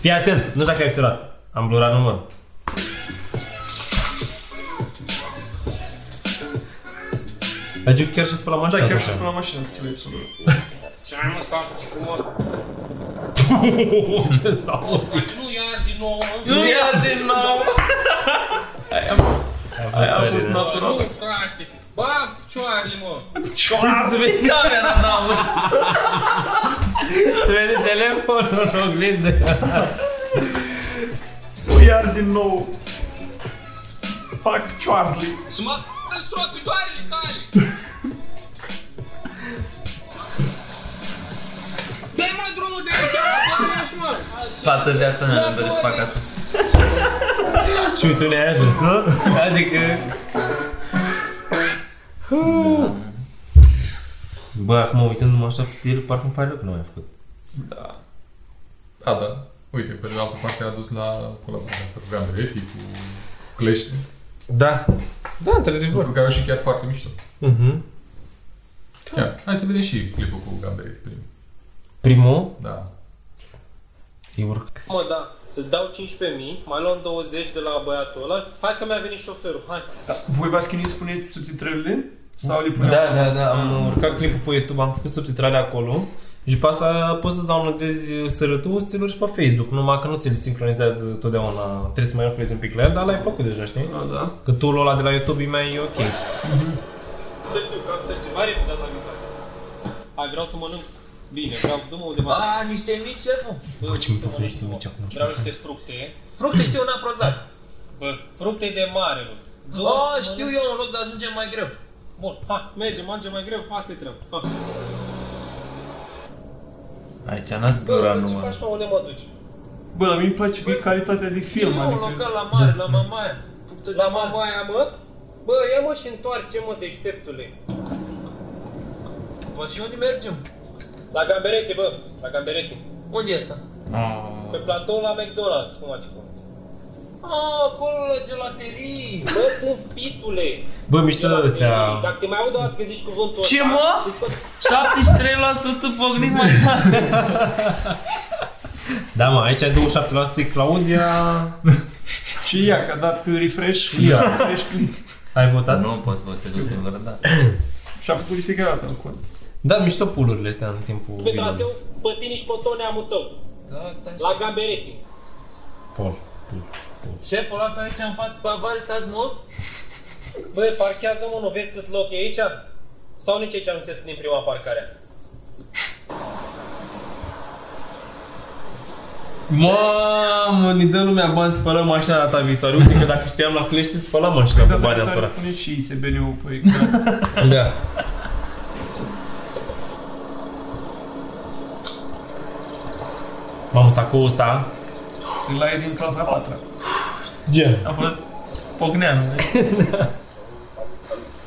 Fii atent, nu știu dacă ai observat. Am blurat numărul. Adică chiar și spăla mașina.
Da, chiar
atunci.
și la mașina cu cele episodul.
Ce mai mult am și frumos.
Ce s-a auzit?
Nu ia din nou, mă.
Nu ia din nou!
Aia a fost natural.
Nu, frate. Bă, picioare, mă.
Să vezi camera, n-am Se vede telefonul [laughs] în oglindă.
O iar din nou. Fac Charlie.
Să mă în stropitoarele tale. Dai mai drumul de aici, mă, lași, mă.
Toată viața mea mi-a dorit să fac asta.
Și uite unde ai ajuns, nu? [laughs] Adică... Bă, acum uitându-mă așa pe el, parcă îmi pare rău că nu am făcut.
Da.
Da, da. Uite, pe de altă parte a dus la colaborarea asta cu Gandretti, cu Clash.
Da. Da, într-adevăr.
Lucru care au și chiar foarte mișto.
Mhm.
Chiar. Hai să vedem și clipul cu Gandretti primul.
Primul?
Da.
E urc.
Mă, da, îți dau 15.000, mai luăm 20 de la băiatul ăla. Hai că mi-a venit șoferul, hai.
Voi v-ați chinuit să puneți subtitrările? Sau le puneam?
Da, da, da, am urcat clipul pe YouTube, am făcut subtitrale acolo și pe asta poți să downloadezi uh, sărătul ți și pe Facebook, numai că nu ți le sincronizează totdeauna, trebuie să mai lucrezi un pic la el, dar l-ai făcut deja, știi?
Da, da.
Că tool-ul ăla de la YouTube e mai ok.
Târziu, că am târziu, mai repede data viitoare. [laughs] Hai, vreau să mănânc bine, vreau dumă undeva. A, niște mici, șeful. Bă, ce mi
Ești mici acum.
Vreau niște fructe. Fructe știu un aprozat. [laughs] Bă, fructe de mare, bă. Da, știu eu un loc, dar ajungem mai greu. Bun, ha, mergem, mergem mai greu, asta e treaba. Ha.
Aici n-ați blurat
ce
numărul.
faci, mă, unde mă duci?
Bă, dar mi-mi place că e calitatea de film,
Nu, un
adică...
local la mare, la mamaia. Fructe la mamaia, mă? Bă, ia mă și întoarce, mă, deșteptule. Bă, și unde mergem? La Gamberete, bă, la Gamberete. Unde e asta? Pe platou la McDonald's, cum adică? Ah, acolo la gelaterii. Bă, tâmpitule.
Bă, mișto
Gelaterii.
ăstea.
Dacă te mai aud o dată că zici cuvântul
Ce,
ăsta,
mă?
discut-
73% pognit mai tare.
Da, mă, aici 27% e Claudia.
Și ea, că da, a dat refresh,
Și ea.
refresh click.
Ai votat?
Nu pot să votez o singură dată.
Și a făcut de fiecare dată în cont.
Da, mișto pulurile astea în timpul
Pe
videoului.
traseu, pe tine și pe tot neamul tău. Da, La Gamberete.
Pol.
Șeful, lasă aici în față, bavari, stați mult? Băi, parchează mă, nu vezi cât loc e aici? Sau nici aici nu ți din prima parcare?
Mamă, ne dă lumea bani, spălăm mașina data viitoare. Uite că dacă știam la Clește, spălam mașina cu bani altora.
Spune și SBN-ul, păi,
Da. Mamă, sacoul ăsta
la e din clasa 4
Gen.
A fost pocnean.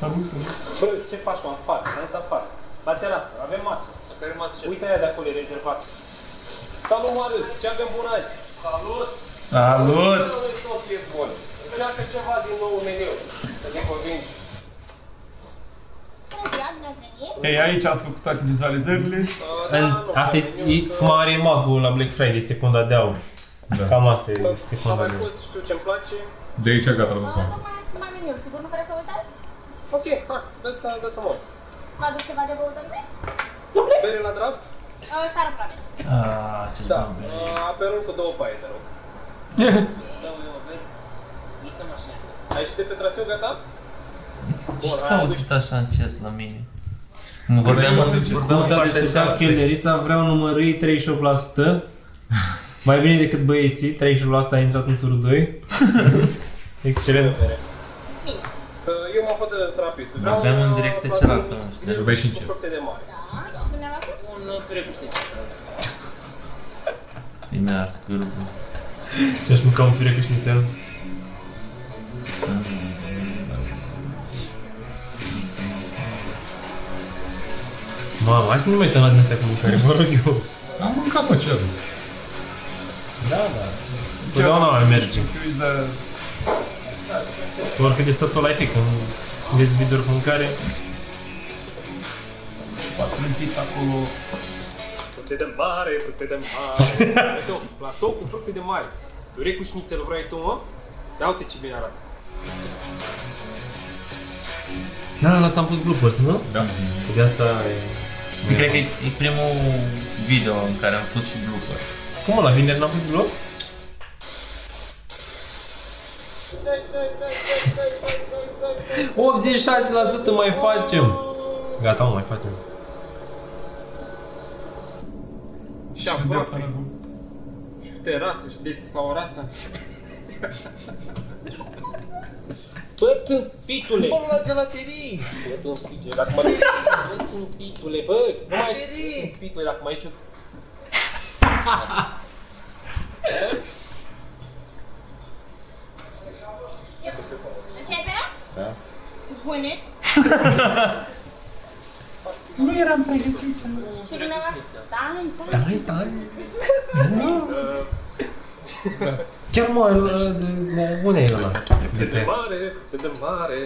Salut, salut.
Bă, ce faci, mă, afară? Hai să afară. La terasă, avem masă. Care masă ce? Uite aia de acolo, e rezervat. Salut, Marius, ce avem bun azi? Salut!
Salut!
Domnule, tot e bun. Pleacă ceva din nou în meniu. Să ne convingi.
Ei, aici ați făcut toate vizualizările.
În, asta e, e cum are magul la Black Friday, secunda de aur. Da. Cam asta e secunda de aur.
Știu ce-mi place.
De aici gata, l-am lăsat.
Mai minim, sigur nu vreți să uitați?
Ok, ha, dă să, dă să
[laughs]
mor.
Vă aduc ceva de băut în plus?
Bere la draft?
Uh, Sară probabil.
Ah, ce da.
Uh, aperol cu două paie, te rog. Ai ieșit de pe traseu, gata?
Ce
Bun,
s-a
hai,
auzit așa încet la mine? Mă vorbeam, vorbeam
Cum s-a
foarte
discutat
tare.
chelnerița, vreau numărâi 38%. Mai bine decât băieții, 38% a intrat în turul 2. [laughs] Excelent.
Uh, Eu m-am hotărât rapid. Vreau
Vorbeam Da, în
uh,
direcția
platou
cealaltă,
mix
nu știu.
mix
Vorbeai și
cu
încet.
fructe de mare. Da. Și dumneavoastră? Un prăbuște.
E mi-a ars gârbul.
Ce-aș mânca un pire cu șnițel? Mamă, hai să nu mai uităm la din astea cu mâncare, mă rog eu.
Am mâncat pe cel.
Da, da. Totdeauna mai merge. Oricât de stătul ai fi, când vezi video cu mâncare,
Patru închis acolo.
Fructe de mare, fructe de mare. Uite, un platou cu fructe de mare. Piure cu șnițel vrei tu, mă? Ia uite ce bine arată.
Da, la asta am pus bloopers, nu?
Da.
De asta e...
Eu cred că e, e primul video în care am pus și blooper.
Cum mă, la vineri n-am pus bloc? é ...86% mai facem! Gata, mă, mai facem.
Și aproape. Și terasă și deschis la ora asta. Bă, tâmpitule! Bă, la gelaterii! Bă, tâmpitule, dacă mă... Bă, tâmpitule, bă! Nu mai... Tâmpitule, dacă mai aici...
Începe?
Da.
Bune.
Nu eram pregătit.
Și dumneavoastră? Dai, stai.
Dai, dai. Chiar mă, ăla eh, de, de, unde e ăla?
Fructe de mare, fructe de mare...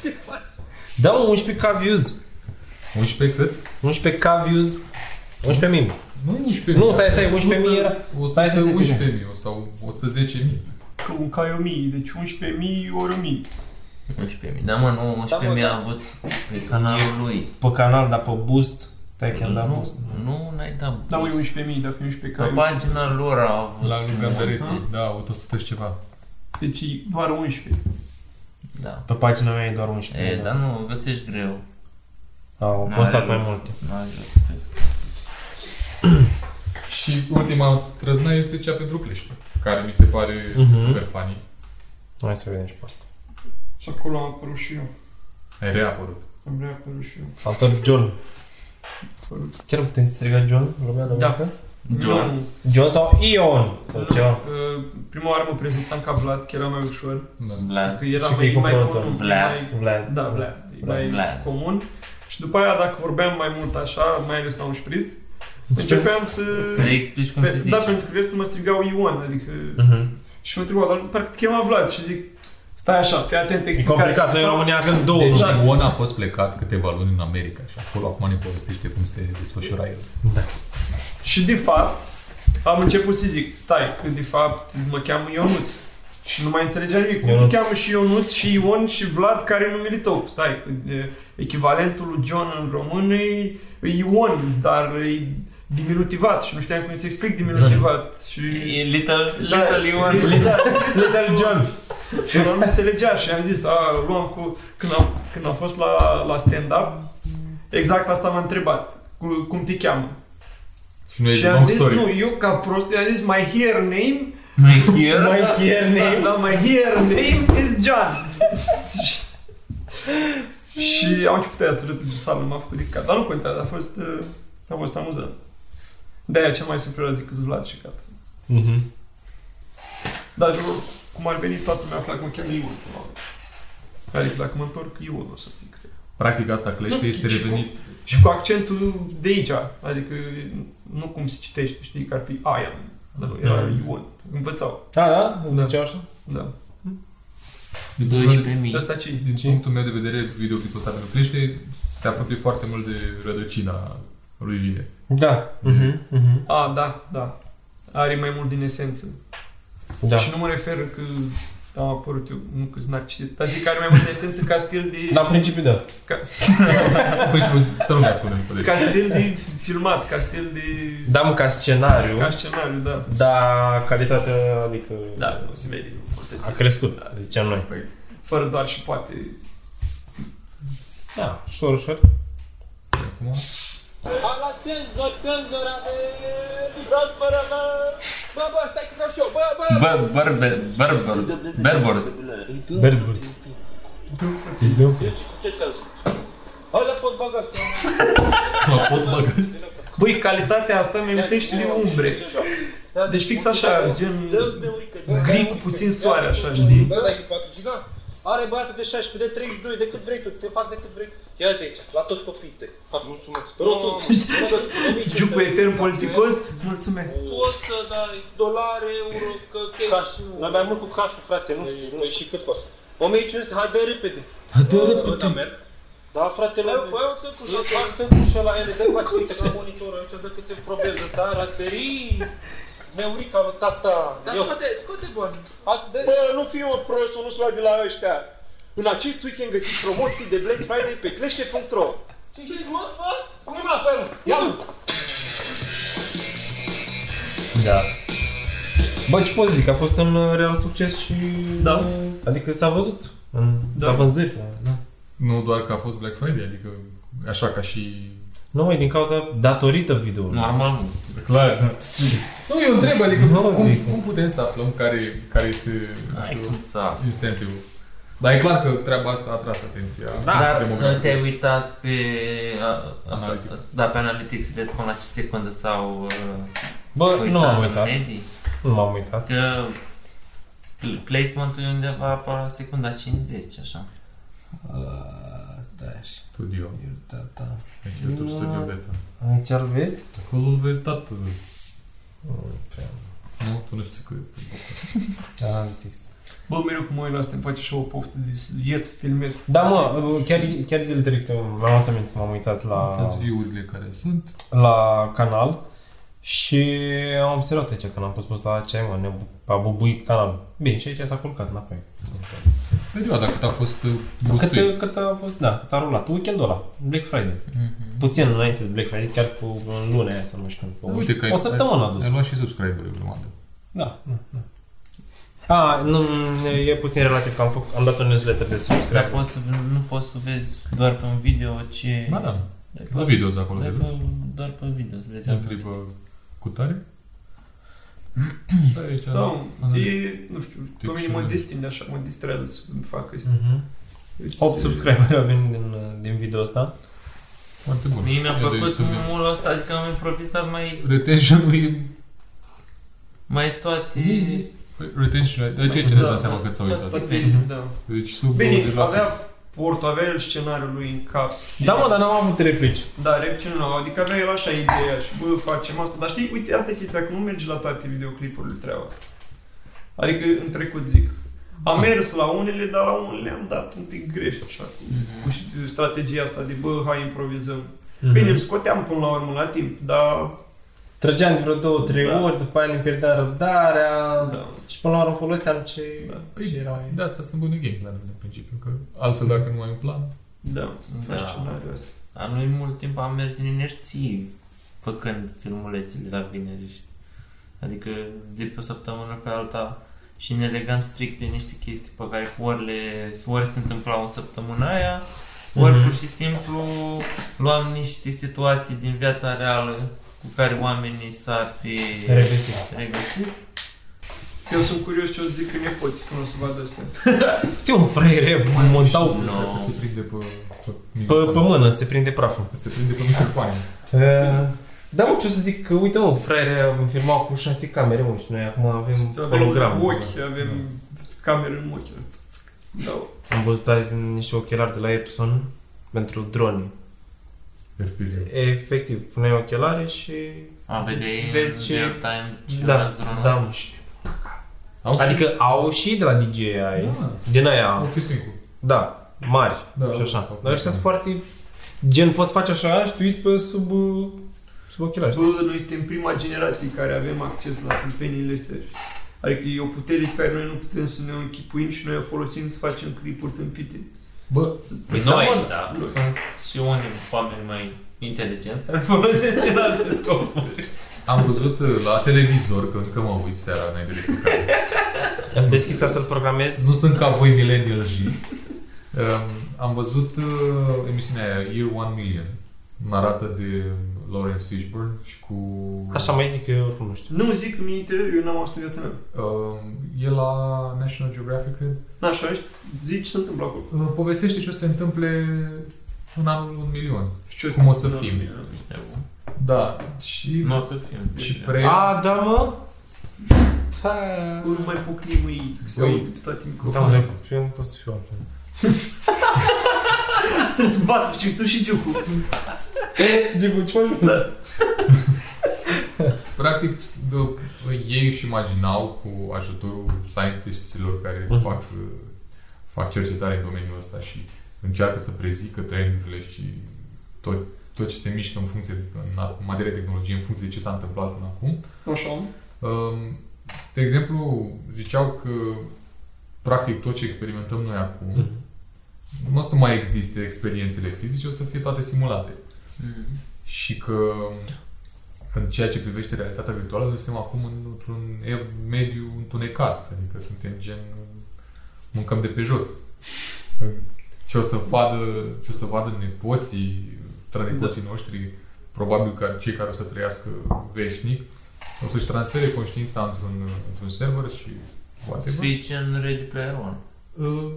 Ce faci?
Da, mă, 11k views.
11 cât?
11k views. 11.000.
Nu e 11.000.
Nu, stai, stai, 11.000 era. Stai, stai, stai, stai.
11.000 sau 110.000.
Că un cai 1000, deci 11.000 ori 1000.
11.000. Da, mă, nu, 11.000 a avut pe canalul lui.
Pe canal, dar pe boost. Tá Stai că am dat um boost.
Nu, nu, n-ai dat
Da, mă, e
boost.
11.000, dacă e 11
Pe
cai.
pagina lor a avut
La lui Gandaretti,
multe.
da, 100 și ceva.
Deci e doar 11.
Da.
Pe pagina mea e doar 11.000.
E, dar nu, găsești greu.
Au
N-are
costat mai
rost.
multe.
N-are rost să crezi.
Și ultima trăznă este cea pentru Clești, care mi se pare
Mhm.
super funny.
Hai să vedem și pe asta.
Și acolo am apărut și eu.
Ai reapărut.
Am reapărut și eu.
S-a întors John. Chiar putem striga John? Lumea de
Da.
muncă?
John.
Nu,
John sau Ion? Sau ceva.
nu, uh, Prima oară mă prezentam ca Vlad, că era mai ușor.
Da.
Vlad.
Că era
Și că
mai,
e
e mai
confruntă.
comun. e
Vlad.
mai-
Vlad.
Da, Vlad. E mai
Vlad.
comun. Și după aia, dacă vorbeam mai mult așa, mai ales la un șpriț,
Deci
începeam să...
Să le explici cum
Pe-
se
Da,
zice.
pentru că restul mă strigau Ion, adică...
Mhm.
Și mă întreba, dar parcă te chema Vlad și zic, stai așa, fii atent,
E
explicare.
complicat, noi în România avem două
Deci
nume.
Da.
Ion a fost plecat câteva luni în America și acolo acum ne povestește cum se desfășura el.
Și de fapt, am început să zic, stai, că de fapt mă cheamă Ionut. Și nu mai înțelegea nimic. Cum te
Ionut.
cheamă și Ionut și Ion și Vlad, care e numele tău? Stai, că e, echivalentul lui John în română e e Ion, dar e diminutivat și nu știam cum să explic diminutivat. Și...
E Little,
Da,
little Ion.
[laughs] Little-
Little
[laughs]
John.
Și nu înțelegea și am zis, a, luam cu... Când am, când am fost la, la stand-up, exact asta m-a întrebat. Cu, cum te cheamă?
Și nu e
și
din
am
nou
zis,
story.
nu, eu ca prost i-am zis, my here name
My here?
[laughs] My here name da, da, my here name is John Și- Și au început aia să râdă de sală, m-a făcut de cap Dar nu contează, a fost, uh, a fost amuzant De-aia cel mai superior decât Vlad și cap
Mhm.
Dar eu, cum ar veni, toată lumea afla cum cheamă Ion până la urmă. Adică dacă mă întorc, Ion o să fie, cred.
Practic asta clește este
Și cu-
revenit.
Și cu accentul de aici, adică nu cum se citește, știi, că ar fi Ion, dar nu, era
Da.
Ion, învățau.
Da, da? Ziceau așa?
Da. Deci,
12.000.
Asta ce
Din punctul meu de vedere, videoclipul ăsta pentru Clește se apropie foarte mult de rădăcina lui Gine.
Da. Mhm, mhm.
A, da, da. Are mai mult din esență.
Da.
Și nu mă refer că am apărut eu, nu că sunt narcisist, dar zic că are mai mult din esență ca stil de...
Dar în principiu da.
Ca...
Principiul Păi, să nu mai spunem pe
Ca stil de filmat, ca stil de...
Da, mă, ca scenariu.
Ca scenariu, da.
Da, calitatea, adică...
Da, nu se vede. nu puteți.
A crescut, ziceam noi.
Păi,
Fără doar și poate.
Da, ușor, ușor.
Am la senzor, senzor, ave... Răzbără, mă! Bă, bă, stai că vreau și eu, bă, bă!
Bă, bărbe, bărbord, berbord.
Berbord.
Ce te-l Ăla pot băga asta.
Mă pot băga.
Băi, calitatea asta mi amintește de umbre. Deci fix așa, gen gri cu puțin soare, așa, știi?
Bă, dai cu 4 giga? Are băiatul de 16, de 32, de cât vrei tu, ți fac de cât vrei. Ia de aici, la toți copiii tăi. Mulțumesc. Rotul.
Giucu etern politicos, mulțumesc.
Poți să dai dolari, euro, că cash. Noi mai mult cu cash frate, nu știu. Păi și cât costă? 1500, hai de repede.
Hai de repede.
Da, frate, la... Fă un țăcușă, fac țăcușă la ele, dă cu acea la monitor aici, dă cât se probeze ăsta, rasterii. Meurica lui tata. Dar scoate, scoate bani. Bă, nu fi mă prost, nu-ți lua de la ăștia. În acest weekend găsiți promoții de Black Friday pe clește.ro Ce frumos, bă? Nu mă aferă. Ia-l!
Da. Bă, ce pot zic, a fost un uh, real succes și...
Da.
Adică s-a văzut. în- La vânzări. Da.
Nu doar că a fost Black Friday, adică așa ca și...
Nu, e din cauza datorită video
Normal.
Clar, da. Nu, eu întreb, adică
Nu,
cum,
adică.
cum putem să aflăm care, care este
Hai
nu știu,
cum să afli.
incentivul? Dar e clar că treaba asta a atras atenția.
Da,
Dar
demografică.
nu te-ai uitat pe, a, asta,
Analytics.
asta- da, pe Analytics să vezi până la ce secundă sau uh,
Bă, nu m-am uitat. Nu m-am uitat.
Că pl- placementul e undeva pe la secunda 50, așa.
Da, și
Studio.
iertata.
Deci, YouTube Studio Beta.
Aici îl vezi?
Acolo îl vezi tată.
Nu prea.
Nu? Tu nu știi că...
Analytics.
Bă, mereu cum mă uit la asta, îmi face și o poftă de să ies să filmez.
Da, mă, chiar, chiar zilele trecute mi-am adus aminte, m-am uitat la,
Uitați view-urile care sunt.
la canal și am observat aici când am pus pe ăsta ce ai, mă, ne a bubuit canalul. Bine, și aici s-a culcat înapoi.
Perioada cât a fost uh,
Cât,
gustuit.
cât a fost, da, cât a rulat. Weekendul ăla, Black Friday.
Mhm.
Puțin înainte de Black Friday, chiar cu în lunea aia sau nu știu când.
Uite că ai-
o săptămână a
ai-
dus.
Ai luat și subscriberi o grămadă.
Da, da, da. A, nu, e puțin relativ că am, făcut, am dat un newsletter de
Dar
subscribe.
poți să, nu poți să vezi doar pe un video ce...
Ba da.
Dai pe-
La videos acolo de
dai
vezi.
pe, doar pe video, să vezi.
Intri pe cutare. Și aici...
Da,
analiz-
e, nu știu, pe mine mă destinde așa, mă distrează să fac Deci, asta.
Mhm. 8 subscriberi au venit din, din video ăsta.
Foarte bun.
Mie mi-a
Ia de
plăcut
YouTube.
mult asta, adică am improvizat mai,
Retention-ul e...
mai toate...
Zi, zi.
Păi, Retention rate. Dar ce ce ne
Da,
dăm seama că ți-au
toate
uitat?
pe-
Da.
Deci sub 20%.
Bine, avea portul, avea el scenariul lui în cap. știi?
Da, mă, dar n-am avut replici.
Da, repede nu, adică avea el așa ideea și bă, facem asta. Dar știi, uite, asta e chestia, că nu mergi la toate videoclipurile treaba asta. Adică în trecut zic. Am mers la unele, dar la unele am dat un pic greș, așa, cu, cu strategia asta de, bă, hai, improvizăm.
Mhm.
Bine, îl scoteam până la urmă la timp, dar...
Trăgeam de vreo două, trei
Da.
ori, după aia ne pierdeam răbdarea
Da.
și până la urmă foloseam ce,
Păi,
ce era. mai-
De asta sunt bune game planuri în principiu, că altfel dacă nu ai un plan,
Da, faci
Da.
scenariul ăsta.
Dar noi mult timp am mers în inerții făcând filmulețele la vineri. și- Adică de pe o săptămână pe alta și ne legam strict de niște chestii pe care cu ori, le, ori se întâmplau în săptămâna aia, ori pur și simplu luam niște situații din viața reală cu care oamenii s-ar fi
Regăsit.
regăsit.
Eu sunt curios ce o zic că nepoții când o să vadă astea.
Știu, un freiere, montau
Că se prinde pe...
Da. pe, pe mână, se prinde praful.
Se prinde pe microfoane.
Uh, Da, mă, ce o să zic, că uite mă, fraiere am filmat cu șase camere, mă, și noi acum avem
Avem
hologram.
ochi,
da.
avem camere în ochi. Da.
Am văzut azi niște ochelari de la Epson pentru drone.
FPV.
Efectiv, puneai ochelare și
A, vedeai
vezi
în
ce...
real time ce
da,
las dronul.
da, mă, și...
Au și-
adică au și de la DJI, din aia,
Ochiusicu.
da, mari
Da,
și așa.
au-
Dar ăștia sunt foarte... Gen, poți face așa și tu ești pe sub, uh, sub ochelari.
Bă, noi suntem prima generație care avem acces la câmpeniile astea. Adică e o putere pe care noi nu putem să ne o închipuim și noi o folosim să facem clipuri tâmpite.
Bă,
Păi
Da,
noi,
mă,
da,
noi.
sunt și unii oameni mai inteligenți care folosesc și în alte scopuri.
Am văzut uh, la televizor, că încă mă uit seara înainte de culcare.
Am deschis ca să-l programez.
Nu sunt ca voi millennial G. Um, am văzut uh, emisiunea aia, Year One Million, narată de Lawrence Fishburne și cu...
Așa mai zic că eu oricum nu știu.
Nu zic că mi-e interior, eu n-am auzit în viața mea.
Um, e la National Geographic, cred.
Așa, ești- zici ce se întâmplă acolo.
Uh, povestește ce o să se întâmple în anul un milion.
Și ce
Cum o să
Da.
fim. Da, și...
Nu o să fim.
Și
deja.
pre...
A, da, mă? Da,
Nu mai pocni mâini, să
Eu-
uit toate
da
microfonul.
mă, eu nu pot să fiu altfel.
Trebuie să bat și tu și Giucu.
Gigu, ce faci?
Practic, de, ei își imaginau cu ajutorul scientiștilor care
Mhm.
fac, uh, fac cercetare în domeniul ăsta și încearcă să prezică trendurile și tot, tot ce se mișcă în funcție, în a- în materie de tehnologie, în funcție de ce s-a întâmplat până acum.
Așa.
Um, De exemplu, ziceau că practic tot ce experimentăm noi acum nu o să mai existe experiențele fizice, o să fie toate simulate
Mm.
și că în ceea ce privește realitatea virtuală, noi suntem acum într-un ev- mediu întunecat, adică suntem gen mâncăm de pe jos. Ce o să vadă, ce o să vadă nepoții,
Da.
strănepoții noștri, probabil că cei care o să trăiască veșnic, o să-și transfere conștiința într-un, într-un server și poate
Să fii gen Ready Player One.
Uh,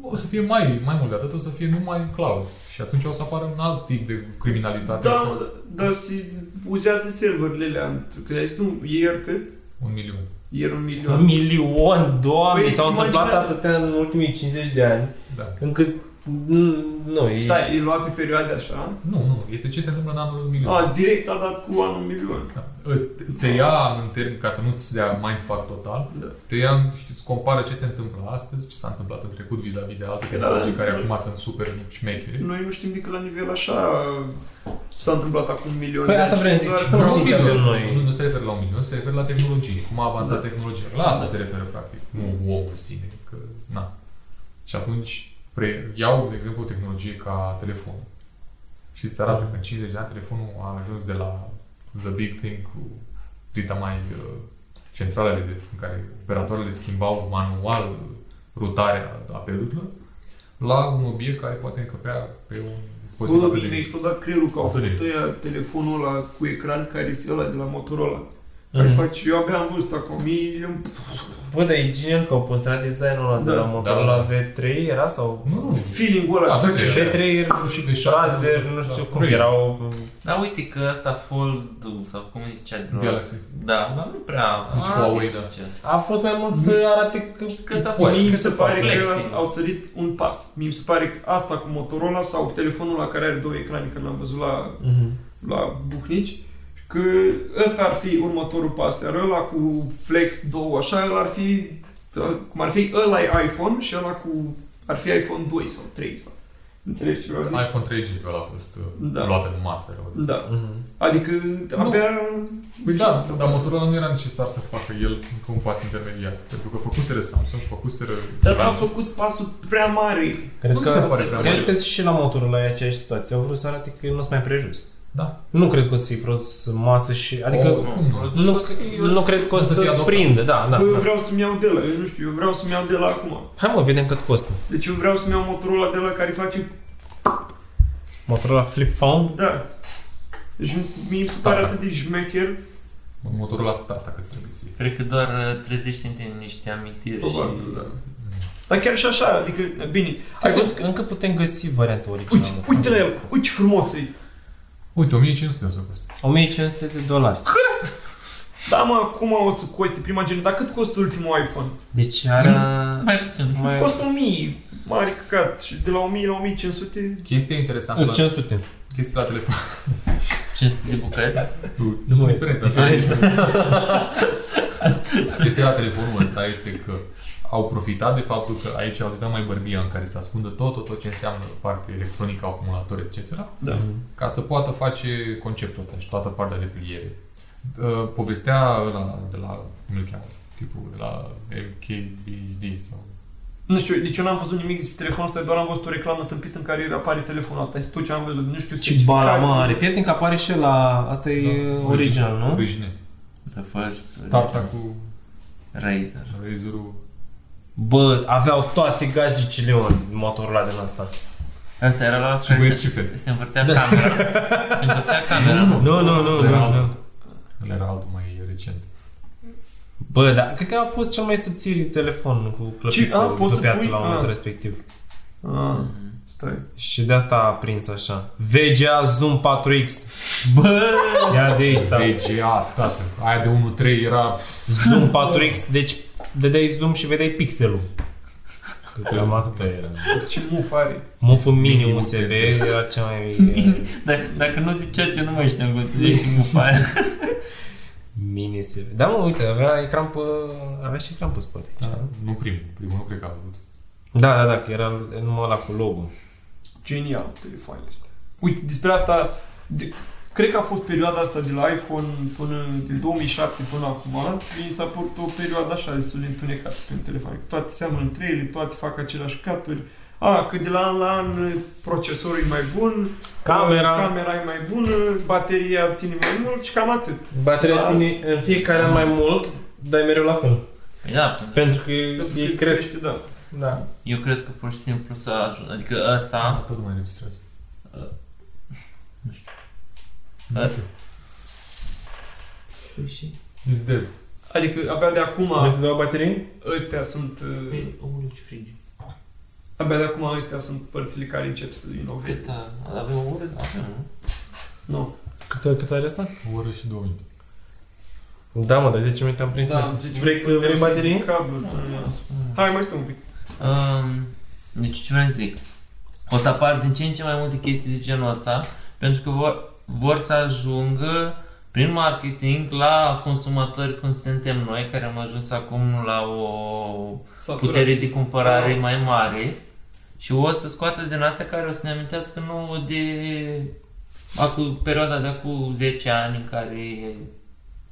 o să fie mai, mai mult de atât, o să fie numai în cloud. Și atunci o să apară un alt tip de criminalitate.
Da, mă, dar- dar se uzează serverele alea. Că ai zis tu, ieri cât?
Un milion.
Ieri un milion.
Un milion, doamne,
Da. Păi,
s-au întâmplat
imaginează.
atâtea în ultimii 50 de ani,
Da.
încât n- nu, e...
Stai, e luat pe perioade așa.
Nu, nu. Este ce se întâmplă în anul 2000.
A, direct a dat cu anul milion.
Da. Îți- Te ia în termen, ca să nu-ți dea mindfuck total,
Da.
te ia, în- și îți compară ce se întâmplă astăzi, ce s-a întâmplat în trecut vis-a-vis de alte
Da,
tehnologii
da.
care acum sunt super șmechere.
Noi nu știm decât la nivel așa s-a întâmplat acum un milion
Păi
de
asta
ani.
vrem să
Doar
zic.
că-
Nu
Nu,
știm ce avem noi.
nu, nu se referă la un milion, se referă la tehnologie, cum a avansat tehnologia. La asta se referă practic, nu omul în sine, că na. Și atunci pre, iau, de exemplu, o tehnologie ca telefonul. Și îți arată că în 50 de ani telefonul a ajuns de la The Big Thing cu dita mai uh, centralele de, în care operatoarele schimbau manual uh, rutarea apelurilor la un obiect care poate încăpea pe un dispozitiv
Bă,
atât
mi-a
de
explodat creierul că au
Atât de
făcut ăia telefonul ăla cu ecran care este ăla de la Motorola. Care
Mhm.
faci, eu abia am văzut acum, e un
Bă, dar e genial că au păstrat designul ăla de
Da.
la Motorola V3 era sau...
Nu,
feeling-ul ăla.
Da,
face
da,
așa.
da.
V3 era
și
și
V6
Razer, nu știu
Da,
cum,
crazy.
erau...
Dar uite că asta fold sau cum îi zicea de la
Galaxy.
Da, dar nu prea a
Nici
fost
Huawei, da.
succes.
A fost mai mult să arate că...
Că s-a
Poate.
pus.
Mi se pare că
flexi.
au sărit un pas. Mi se pare că asta cu Motorola sau telefonul la care are două ecrane, că l-am văzut la,
Mhm.
la Bucnici, că ăsta ar fi următorul pas. Iar ăla cu Flex 2, așa, ăla ar fi, ă, cum ar fi, ăla e iPhone și ăla cu, ar fi iPhone 2 sau 3. Sau, înțelegi ce vreau să zic?
iPhone 3G pe ăla a fost
Da.
da. luat în masă. Rău.
Da.
Mhm.
Adică abia...
Păi da, dar Motorola nu era necesar să facă el încă un pas intermediar. Pentru că făcuseră Samsung, făcuseră...
Dar
Xiaomi.
a făcut pasul prea mare.
Cred
Nu mi se
că,
pare prea
cred
mult.
că și la Motorola e aceeași situație. Au vrut să arate că nu sunt mai prejus.
Da.
Nu cred că o să fie produs în masă și... Adică...
O, Oh, cum nu?
Nu, nu cred că o
o să fie
să
adoptat.
prindă, da, da.
Bă, eu
da.
vreau să-mi iau de la, eu nu știu, eu vreau să-mi iau de la acum.
Hai mă, vedem cât costă.
Deci eu vreau să-mi iau Motorola de la care face...
Motorola Flip Phone?
Da. Deci mi se pare atât de șmecher.
Un motorul la start, dacă îți trebuie să iei.
Cred că doar uh, trezește în tine niște amintiri
Probabil,
și...
da. Dar chiar și așa, adică, bine, ai văzut că
încă putem găsi varianta originală.
Uite, uite la el, uite ce frumos e.
Uite, 1500 de o să coste.
1500 de dolari.
Da, mă, acum o să coste prima gen, dar cât costă ultimul iPhone?
Deci
Hmm.
are...
Mai puțin.
Mai...
Costă 1000, mare căcat, și de la 1000 la 1500...
Chestia interesantă.
Îți 500.
Chestia la telefon.
500 de bucăți.
Nu mă diferența.
Diferența.
[laughs] Chestia la telefonul ăsta este că au profitat de faptul că aici au dat mai bărbia în care să ascundă tot, tot, tot ce înseamnă partea electronică, acumulator, etc.
Da.
Ca să poată face conceptul ăsta și toată partea de pliere. Uh, Povestea la, de la, cum îl cheamă, tipul de la MKBHD sau
Nu știu, deci eu n-am văzut nimic despre telefonul ăsta, doar am văzut o reclamă tâmpită în care apare telefonul ăsta. Tot ce am văzut, nu știu
Ce Deci bala
specificații.
mare. Fii atent că apare și la... Asta e
Da.
original, nu?
Origine.
The first uh,
Starta cu
Razer.
Razerul.
Bă, aveau toate gagicile în motorul ăla din asta.
Asta era la
Și băieți
se,
și Da. fete.
se învârtea camera. Se
[laughs]
învârtea camera, nu?
Nu, nu, nu,
Era
nu,
altul.
nu.
Ăla era altul mai recent.
Bă, da, cred că a fost cel mai subțiri telefon cu
Ce? A,
clăpiță,
poți
cu
să
piață
pui?
la
A.
momentul respectiv.
Ah, stai.
Și de asta a prins așa. VGA Zoom 4X. Bă! Ia de aici, tată.
VGA,
Da.
tată. Aia de 1.3 era... pf,
Zoom 4X, deci dădeai zoom și vedeai pixelul. Că Cam atâta era.
Ce muf are.
Muful mini USB era cea mai
Dacă, Da, dacă nu ziceați, eu nu mai știam cum să zic și mufa aia.
mini USB. Da, mă, uite, avea ecran pe... avea și ecran pe spate.
Da, nu primul. Primul nu cred că a avut.
Da, da, da, că era numai la cu logo.
Genial telefoanele astea. Uite, despre asta... De, cred că a fost perioada asta de la iPhone până din 2007 până acum. Mi s-a părut o perioadă așa destul de întunecată pentru telefoane. că Toate seamănă între ele, toate fac aceleași caturi. A, că de la an la an procesorul e mai bun,
Camera.
camera e mai bună, bateria ține mai mult și cam atât.
Bateria
Da.
ține în fiecare an mai mult, dar e mereu la fel.
Păi da, până-
Pentru că
Pentru
e
că
cresc.
da.
Da.
eu cred că pur și simplu s-a ajuns. Adică asta...
Tot nu mai înregistrează.
Nu știu.
Zic eu.
Păi și...
It's dead.
Adică abia de acum
Vrei să dau baterie?
ăstea sunt... uh,
Păi, omul ce frige.
Abia de acum ăstea sunt părțile care încep să
Păi
inoveze.
da, avem o oră de asta, nu?
Nu.
Cât, cât are asta?
O oră și două minute.
Da, mă, de 10 minute am prins. Da.
deci
Vrei, vrei baterie?
Cablu,
Ah,
da. Hai, mai stăm un pic.
Um, deci ce vreau să zic? O să apar din ce în ce mai multe chestii de genul ăsta, pentru că vor, vor să ajungă prin marketing la consumatori cum suntem noi, care am ajuns acum la o
Saturați.
putere de cumpărare mai mare și o să scoată din astea care o să ne amintească nouă de acu, perioada de acum 10 ani în care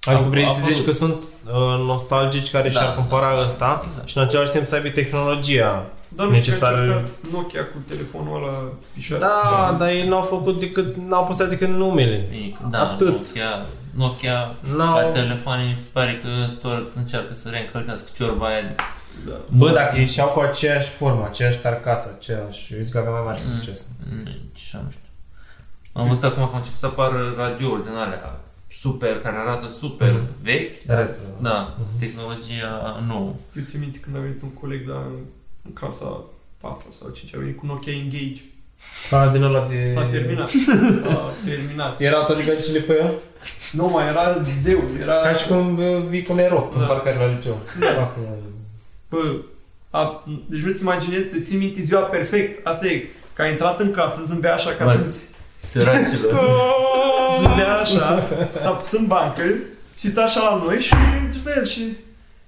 Adică
Au-
vrei
au
să zici
apărut.
că sunt uh, nostalgici care
Da,
și-ar cumpăra
da, da.
ăsta
Exact.
și în același timp să aibă tehnologia.
Dar nu știu că a
Necesar-
încercat Nokia cu telefonul ăla
Da,
pișat.
da, dar ei n-au făcut decât, n-au păstrat decât numele.
Ei, Da,
Atât.
Nokia, Nokia la
N-au...
telefoane mi se pare că tot încearcă să reîncălzească ciorba aia de
Bă, dacă ieșeau cu aceeași formă, aceeași carcasă, aceeași... Eu zic că avea mai mare
Mm.
succes.
Nici așa nu știu. Am văzut acum că au început să apară radiouri din alea super, care arată super vechi.
Retro.
Da, tehnologia nouă.
Eu țin minte când a venit un coleg la în clasa 4 sau 5, a venit cu Nokia Engage.
Da, din ăla de...
S-a
[laughs]
terminat. S-a terminat.
Erau toate găticile pe el?
Nu mai era zeu, era...
Ca și cum uh, vii cu un erop în
Da.
parcare la liceu. [laughs] Acum,
Bă, a, deci nu-ți imaginezi, te ții minte ziua perfect. Asta e, că a intrat în casă, zâmbea așa ca...
Bă,
[laughs]
Săracilor.
Zâmbea așa, s-a pus în bancă și ți așa la noi și tu stai el și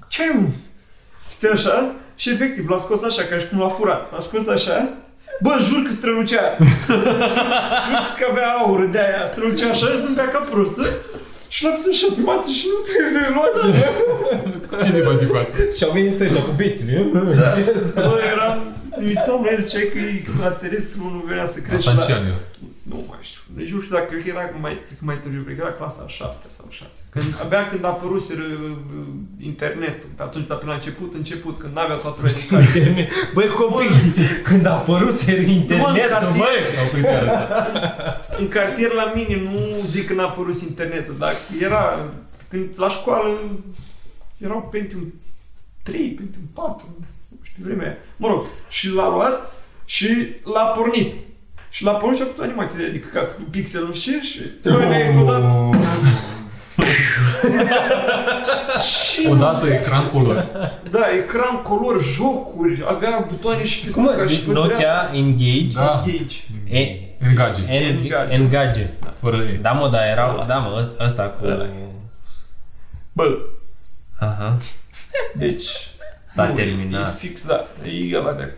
ce ai mă? Stai așa și efectiv l-a scos așa, ca și cum l-a furat. L-a scos așa, bă, jur că strălucea. jur că avea aur de aia, strălucea așa, zâmbea ca prostă. Și l-a pus așa pe masă și nu trebuie luat.
Ce se face cu asta?
Și au venit ăștia cu bețile.
Bă, eram... Uitam la el, zicea că e extraterestru, nu venea să crește
Asta în ce an era?
Nu mai știu. Deci nu știu dacă cred că era mai, cred că mai târziu, cred că era clasa 7 sau 6. Când, abia când uh, a apărut internetul, pe atunci, dar până la început, început, când n-avea toată lumea
Internet. Băi, copii, când a apărut internetul,
cartier.
băi!
în cartier la mine, nu zic că n-a apărut internetul, dar era când, la școală erau Pentium 3, Pentium 4, nu știu, pe vremea aia. Mă rog, și l-a luat și l-a pornit. Și l-a pornit și a făcut animație de căcat cu pixel nu știu ce și... Băi, ne-a explodat. și
Odată ecran color.
Da, ecran, color, jocuri, avea butoane și chestii
Cum Deci Nokia Engage.
Da.
E,
Engage.
Engage. Engage.
Fără E.
Da, mă, da, era, da, mă, ăsta- ăsta cu...
Bă.
Aha.
Deci...
S-a
nu,
terminat.
E fix, da. E ăla de...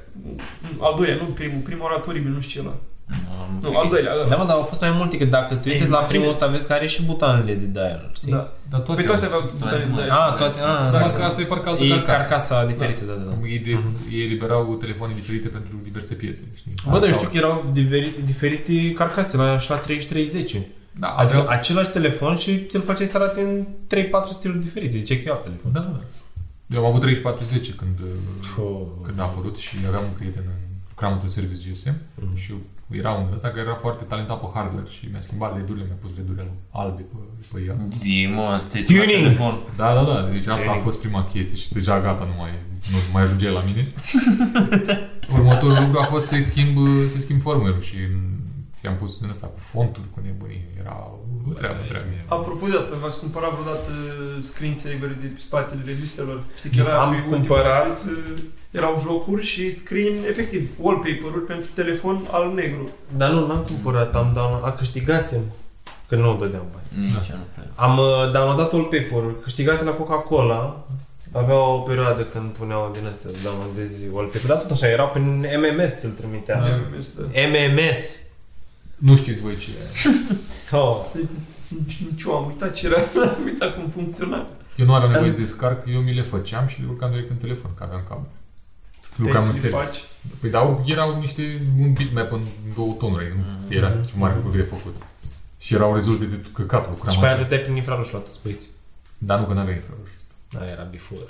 Al doilea, nu primul. Primul oratorii, nu știu ce ăla. Nu, al doilea, ăla.
Da, mă, dar au fost mai multe, că dacă te uiți la primul ăsta, vezi că are și butoanele de dial, știi? Ah,
Da.
Dar toate
Păi toate
au.
aveau butoane de
A, toate, a,
Doar că asta e parcă altă
E
carcasă.
Da, carcasa diferită, da, da, da.
Cum ei, de, ei liberau telefoane diferite pentru diverse piețe, știi?
Bă, dar eu
Aveau-
știu că erau diveri- diferite carcase la, și la 3310.
Da,
adică
aveau-
același telefon și ți-l faceai să arate în 3-4 stiluri diferite. Zice că e alt telefon.
Da, da. Eu am avut 3410 când, uh, când a apărut și aveam un prieten în lucram într-un service GSM
Mhm.
mm-hmm. și era un ăsta care era foarte talentat pe hardware și mi-a schimbat ledurile, mi-a pus ledurile albe pe, pe ea.
Zi, mă, ți-ai ceva telefon.
Da, da, da. Deci asta a
Tuning.
fost prima chestie și deja gata, nu mai, nu mai ajunge la mine. [laughs] Următorul lucru a fost să-i schimb, uh, să-i schimb firmware și mm, i-am pus în asta cu fonturi, cu nebunii. Era o treabă, treabă.
Apropo de asta, v-ați cumpărat vreodată screensaver de pe spatele rezistelor? Știi că
Eu
era
am
pe ultimul
cumpărat.
rezist, uh, erau jocuri și screen, efectiv, wallpaper-uri pentru telefon al negru.
Dar nu, n-am cumpărat, am downloadat, a câștigasem. Că nu o dădeam bani.
Nici eu nu prea.
Am uh, downloadat wallpaper-uri, câștigate la Coca-Cola. Avea o perioadă când puneau din astea să downloadezi wallpaper, dar tot așa, erau prin MMS ți-l trimitea.
Da,
MMS, da.
MMS.
Nu știți voi ce e.
Oh.
Nici eu am uitat ce era, [laughs] am uitat cum funcționa.
Eu nu aveam nevoie să descarc, eu mi le făceam și le urcam direct în telefon, că aveam cablu. Lucram în
Deci
ți le
service.
faci?
Păi dau, erau niște, un bitmap în două tonuri, nu era ce mare lucru de făcut. Și erau rezoluții de căcat, lucram
Și pe aia
așa.
te prin infraroșu la toți băieți.
Dar nu că n-avea infraroșul ăsta.
Da, era before.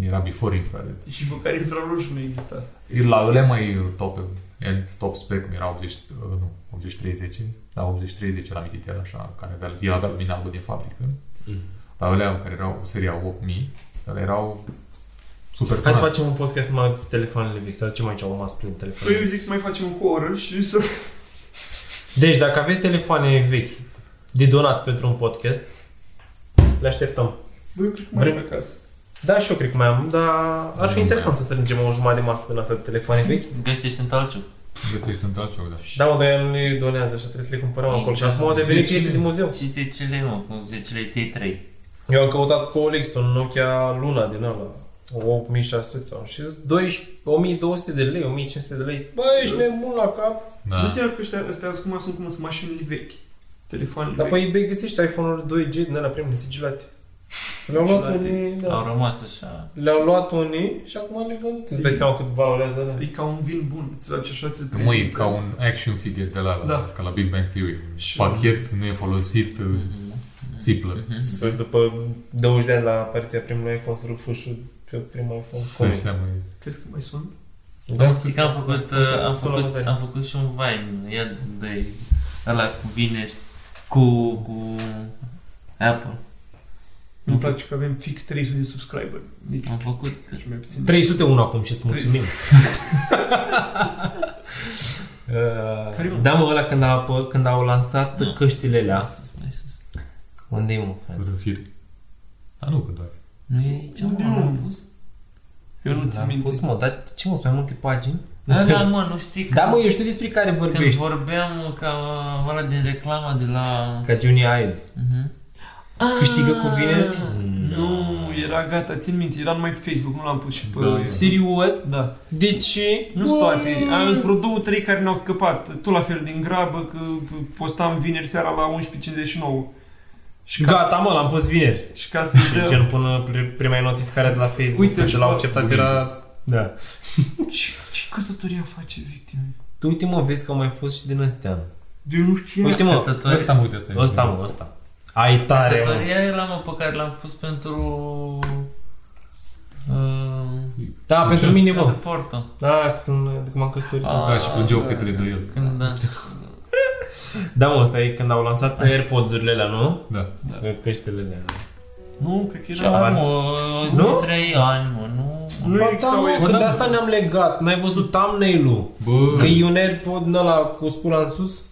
Era before infrared.
Și măcar infraroșu nu exista.
La ele mai top, end, top spec, cum era 80, uh, nu, 80-30, da, 80-30 era amintit el așa, care avea, el avea lumina albă din fabrică.
Mhm.
La alea care erau seria 8000, dar erau super
Hai să
tonate.
facem un podcast numai despre telefoanele vechi, să zicem aici o masă prin
Păi eu
telefon.
zic să mai facem încă o oră și să... [laughs]
Deci, dacă aveți telefoane vechi de donat pentru un podcast, le așteptăm.
Bă, eu cred că mai
Vrem-
am acasă.
Da, și eu cred că mai am, dar ar fi interesant să strângem o jumătate de masă din asta de telefoane vechi.
Găsești în talciu.
Găsești în altceva, da.
Da, mă, dar ea nu le donează, așa trebuie să le cumpărăm acolo. Și acum au devenit piese de muzeu.
50 lei, mă, cu 10 lei ți 3.
Eu am căutat pe OLX un Nokia Luna din ăla. 8600 sau și 12, 1200 de lei, 1500 de lei. Bă, ești nebun la cap.
Da.
Știți că ăștia, ăstea acum sunt cum sunt mașinile vechi. Telefoanele
Dar păi-
vechi.
pe eBay găsești iPhone-uri 2G din alea primele sigilate. Le-au luat
Sigilate.
unii, da.
Au rămas așa.
Le-au luat unii și acum le vând. Îți dai seama cât valorează alea?
E ca un vin bun, ți-l face așa, ți-l
Mă, e
prezintă.
ca un action figure de la,
Da.
da. ca la Big Bang Theory. Un
Și-
pachet nefolosit, uh, țiplă.
Să după 20 de ani la apariția primului iPhone să rup fâșul pe primul
Dai
iPhone.
seama, e-
Crezi că mai sunt?
Da,
Știi că am făcut,
Sunt
uh, am
sunt la
făcut,
vânzare.
am făcut și un Vine, ia de ăla cu vineri, cu, cu Apple.
Îmi place că avem fix 300 de subscriber. Deci,
Am făcut că
și mai puțin.
301 acum și îți mulțumim. [laughs]
Care e?
da, mă, ăla când, a, apă- când au lansat
Da.
căștile alea.
sus, mai sus.
Unde e, mă? frate?
în fir. Dar nu că doar.
Nu e aici, mă,
Unde
l-am
am?
pus?
Eu nu ți
L-am
minte.
pus, mă, dar ce mă, sunt mai multe pagini?
Da, da, mă, nu știi că...
[laughs] Da, mă, eu știu despre care
Când
vorbești.
vorbeam ca ăla din reclama de la...
Ca Junior Ive.
Mhm.
Câștigă
Ah.
cu vineri?
Mm.
Nu, era gata, țin minte, era numai pe Facebook, nu l-am pus și pe...
Da, e.
Serios?
Da,
De ce?
nu sunt toate. Am zis vreo două, trei care ne-au scăpat. Tu la fel din grabă, că postam vineri seara la 11.59. Și ca,
Gata, mă, l-am pus vineri.
și ca să
Și
dea...
gen până pri- primeai notificarea de la Facebook.
Uite,
Uite, de la
și-
acceptat era... Da.
Ce, ce căsătoria face victime?
Tu uite mă, vezi că au mai fost și din astea.
Eu nu știu.
Uite mă,
Căsătorie. Ăsta mă, uite, ăsta e.
Ăsta mă, ăsta. Ai tare, mă.
Căsătoria era mă pe care l-am pus pentru... uh,
Da, pentru mine, mă.
Pentru Porto.
Da, când, cum am căsătorit.
Ah.
Da, și plângeau fetele de el.
Când, da.
Da, mă, ăsta e când au lansat AirPods-urile alea, nu?
Da.
Căștile alea.
Nu, cred că
Ce am,
era...
Da, mă,
Nu?
de trei ani, mă, nu...
Nu
Ba da,
existau
mă,
AirPods.
când de asta ne-am legat, n-ai văzut thumbnail-ul.
Bă.
Că e un AirPod din ăla cu spula în sus.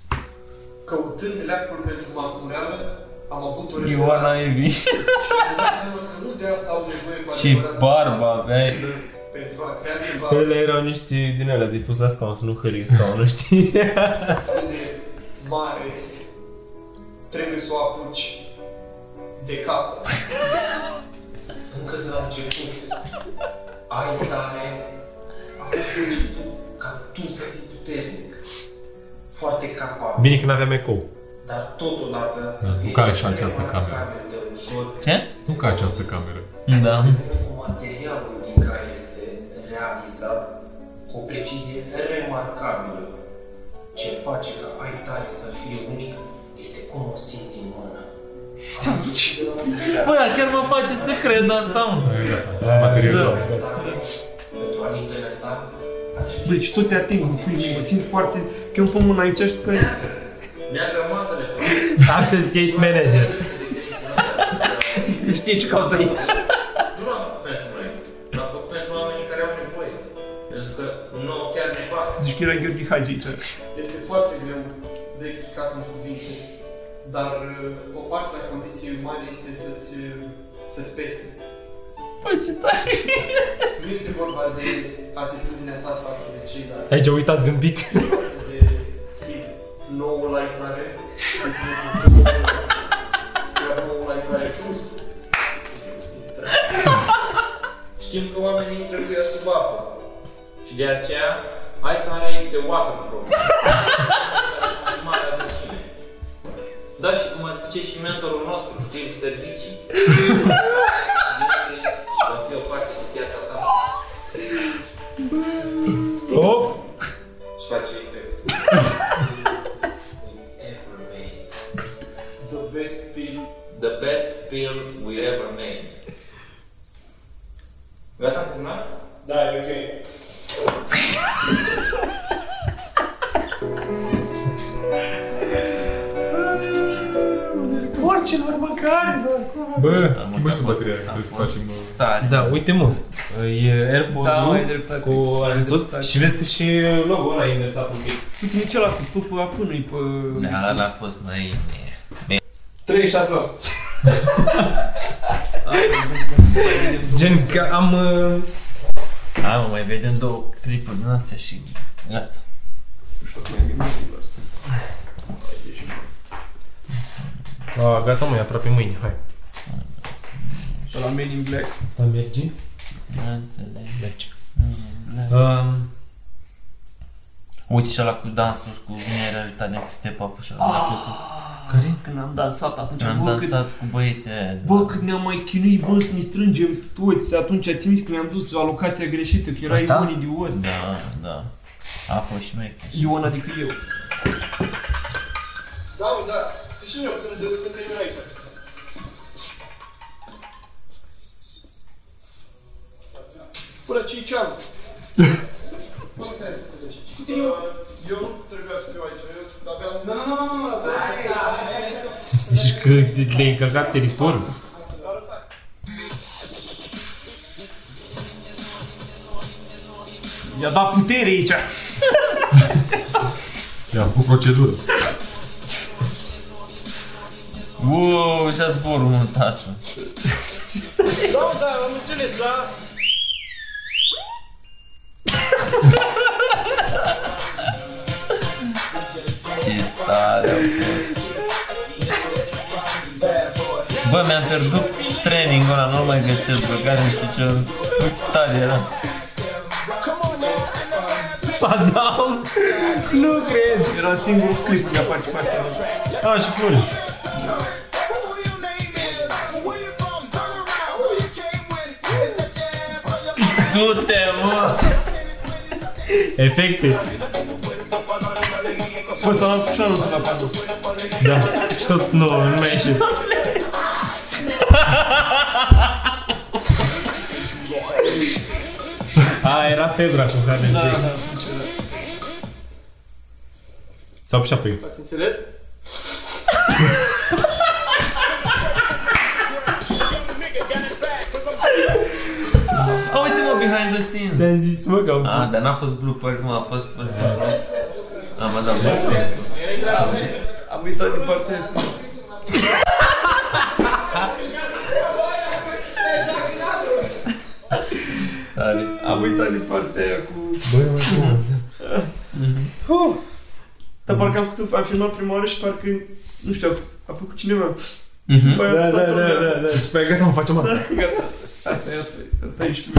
Căutând leacuri pentru macureală, am avut o
Ioana Evi.
Nu de asta au nevoie cu
Ce barba aveai.
Pentru a crea ceva
Ele erau niște din alea de pus la scaun, să nu hării scaunul, știi?
de mare, trebuie să o apuci de cap. [laughs] Încă de la început, ai tare, a fost început ca tu să fii puternic, foarte capabil,
Bine că n-aveam ecou.
dar totodată să
Da,
fii
nu ca și această
extrem
cameră.
capabil de un joc
Ce?
Nu ca această cameră.
Da.
cu materialul din care este realizat cu o precizie remarcabilă. Ce face ca ai tare să fie unic este cum o simți în mână.
Bă, dar chiar mă face să cred asta, mă.
Aia, gata.
da.
Materialul. ăla.
Pentru a-l implementa, a trebuit
Deci tot te ating, îmi pui, mă simt foarte... Că îmi pun mâna aici și că...
Neagă matele, bă.
Access Gate Manager. Știi ce caută aici?
Nu l-am făcut pentru noi. L-am făcut pentru oamenii care au nevoie. Pentru că nouă chiar ne pasă.
Zici că era Gheorghe Hagi aici.
Este foarte greu de explicat în cuvinte, dar uh, o parte a condiției umane este să-ți, uh, să-ți pese.
Bă, ce tare.
Nu este vorba de atitudinea ta față de ceilalți,
Aici uitați un pic.
față de tip nouă la tare, îți vei plăcea, iar nouă la tare plus.
Știm că oamenii trebuie sub apă. Și de aceea, ai tare este waterproof. Marea adâncime. Da, și cum a zice și mentorul nostru, știm, servicii. Este și va fi o parte din viața sa.
Stop!
Și face efect. We ever made.
The best pill
The best pill we ever made. Gata, am terminat?
Da, e ok.
Bă, schimbă
mă,
și
că a fost-
materialul.
a
Trebuie să
fost-
facem... uh,
Tare.
Da, uite mă, e airpod
Da, ai
da,
dreptate.
cu ăla de sus
dreptate.
și vezi că și logo-ul ăla e inversat un pic.
Uite, nici ăla cu pupă acum nu-i pe...
Da, ăla a fost mai... ne.
36%. Gen că am... uh,
Hai, mă, mai vedem două clipuri din astea și gata.
A, gata mă, e aproape mâine, hai.
Pe la Men in Black.
Asta merge? Merge. Um,
Uite și ăla cu dansul, cu vinerea lui Tania, cu step up și ăla, mi-a plăcut.
care?
Când am dansat atunci,
Am
bă, cât,
dansat cu băieții aia. da.
bă, cât ne-am mai chinuit, bă, să ne strângem toți. Atunci, ați mintit că ne-am dus la locația greșită, că erai
Asta?
un idiot.
Da, da. A fost și mecher.
Eu, adică eu.
Da, mă, da. Tu și eu, când de când termin aici. Până ce ce am? Până care să pleci. Și cu tine eu? Eu nu trebuia să fiu aici, eu abia... Nu, nu, nu, nu, nu,
Zici că le-ai încălcat teritoriul?
I-a dat putere aici.
I-am făcut procedură.
Wow, și-a zborul mă, tată.
Da, mă, da, am înțeles, da.
Ce tare a fost. Bă, mi-am pierdut training-ul ăla, nu-l mai găsesc, bă, care nu știu ce... Bă, ce tare era.
Spadam! Nu cred!
Era singurul Cristi care a participat.
A, și pur.
Du-te, mă!
Efecte.
Păi ăsta l-am făcut și anunțul la cadou.
Da. Și tot nu, nu mai [laughs] ieși. A, era febra cu care da, da. Sau și apoi.
Ați înțeles?
A, uite mă, behind the scenes.
Ți-am zis, mă, că au
A, dar n-a fost bloopers, mă, a fost pe simplu. A, mă, da, bloopers.
Am uitat de partea.
Tare.
Am uitat de partea aia cu...
Băi, mă, cum?
Huh. Dar parcă am, făcut, am filmat prima oară și parcă, nu știu, a, f- a făcut cineva.
Mhm.
După aia
Da,
toată
da, da,
lumea.
da, da. Și pe aia, gata, mă, facem asta.
Da, gata. Asta e, asta e, asta e știu.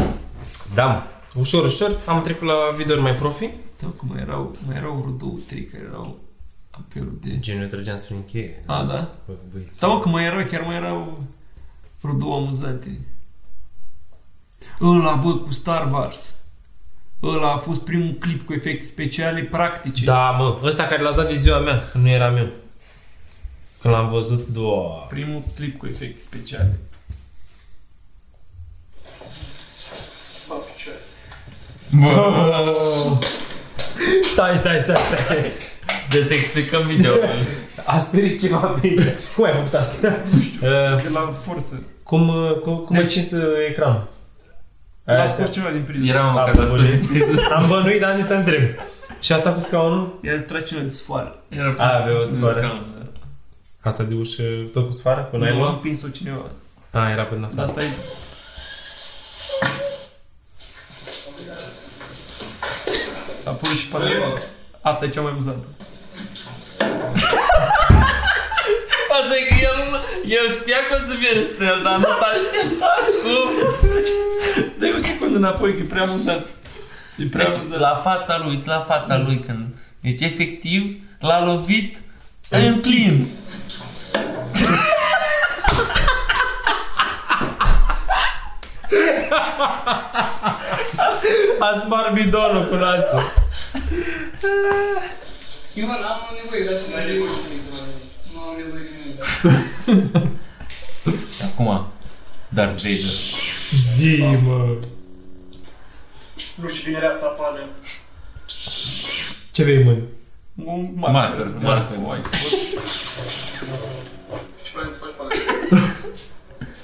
Da, mă. Ușor, ușor. Am trecut la videouri mai profi.
Da, cum mai erau, mai erau vreo două, trei care erau apelul de...
Gen, eu trăgeam spre încheie.
A, da?
Bă, băieți.
Da, mă, că mai erau, chiar mai erau vreo două amuzante. Ăla, bă, cu Star Wars. Ăla a fost primul clip cu efecte speciale practice.
Da, mă. Ăsta care l-ați dat de ziua mea, că nu era meu. Când l-am văzut, doua.
Primul clip cu efecte speciale. Bă, picioare.
Stai, stai, stai, stai.
Deci să explicăm video.
[laughs] A sărit ceva pe aici. Cum ai făcut [laughs] asta? Uh,
De Adică la forță.
Cum, uh, cum, cum deci, ai ecran?
L-a
Aia
scos
asta.
ceva din priză.
Era, mă,
Am
că l-a scos
bănuit.
din priză.
Am bănuit, dar am zis să întreb. Și asta cu scaunul?
El trage ceva de sfoară.
Era pus
A, avea o
în
sfoară.
scaun, da.
Asta de ușă, tot cu sfara, cu
Nu, a
nylon?
împins-o cineva.
Da, era pe din
Dar
afară.
asta e... Apoi și partea Asta e cea mai amuzantă.
Asta e că el, el știa că o să fie despre el, dar nu s-a așteptat cum.
Dai o secundă înapoi, că e prea amuzant. E prea
Deci,
amuzant.
la fața lui, la fața lui când... Deci, efectiv, l-a lovit în plin.
A spart bidonul cu nasul.
Eu n-am nevoie de atât de Nu am nevoie de nimic.
Și acum, Darth Vader.
Zi, mă.
Nu știu vinerea asta apare.
Ce vei mâine?
Un
Marker, marker.
Ce vrei să faci pe alea?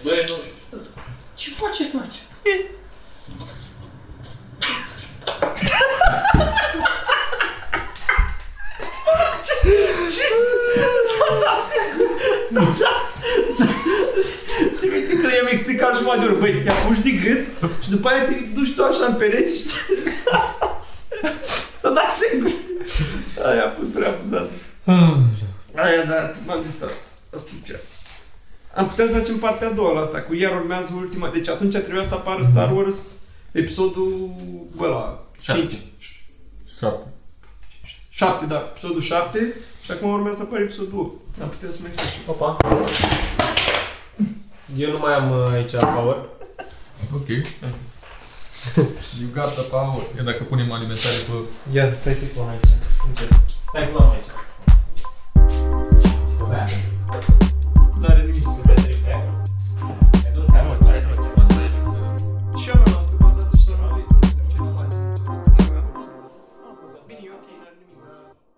Băi, nu știu.
Ce faceți, mă? ce-
Se minte că i-am explicat jumătate de oră. Băi, te apuci de gât și după aia te duci tu așa în pereți și... S-a dat singur. Aia a fost prea amuzant.
Ah.
Aia, da, m-am zis asta. Atunci. Am putea să facem partea a doua la asta, cu iar urmează ultima. Deci atunci trebuia să apară Star Wars episodul ăla, 5.
7.
7, da, episodul 7 și acum urmează să apară episodul 8. Am putea să mai facem.
Opa. Eu nu mai am uh, aici power.
Ok. You got the power. E dacă punem alimentare pe...
Ia, stai să-i pun aici. Încerc. Stai cu mama aici.
N-are nimic. Și eu mi-am ascultat dată și să nu Bine, e ok, n-are nimic.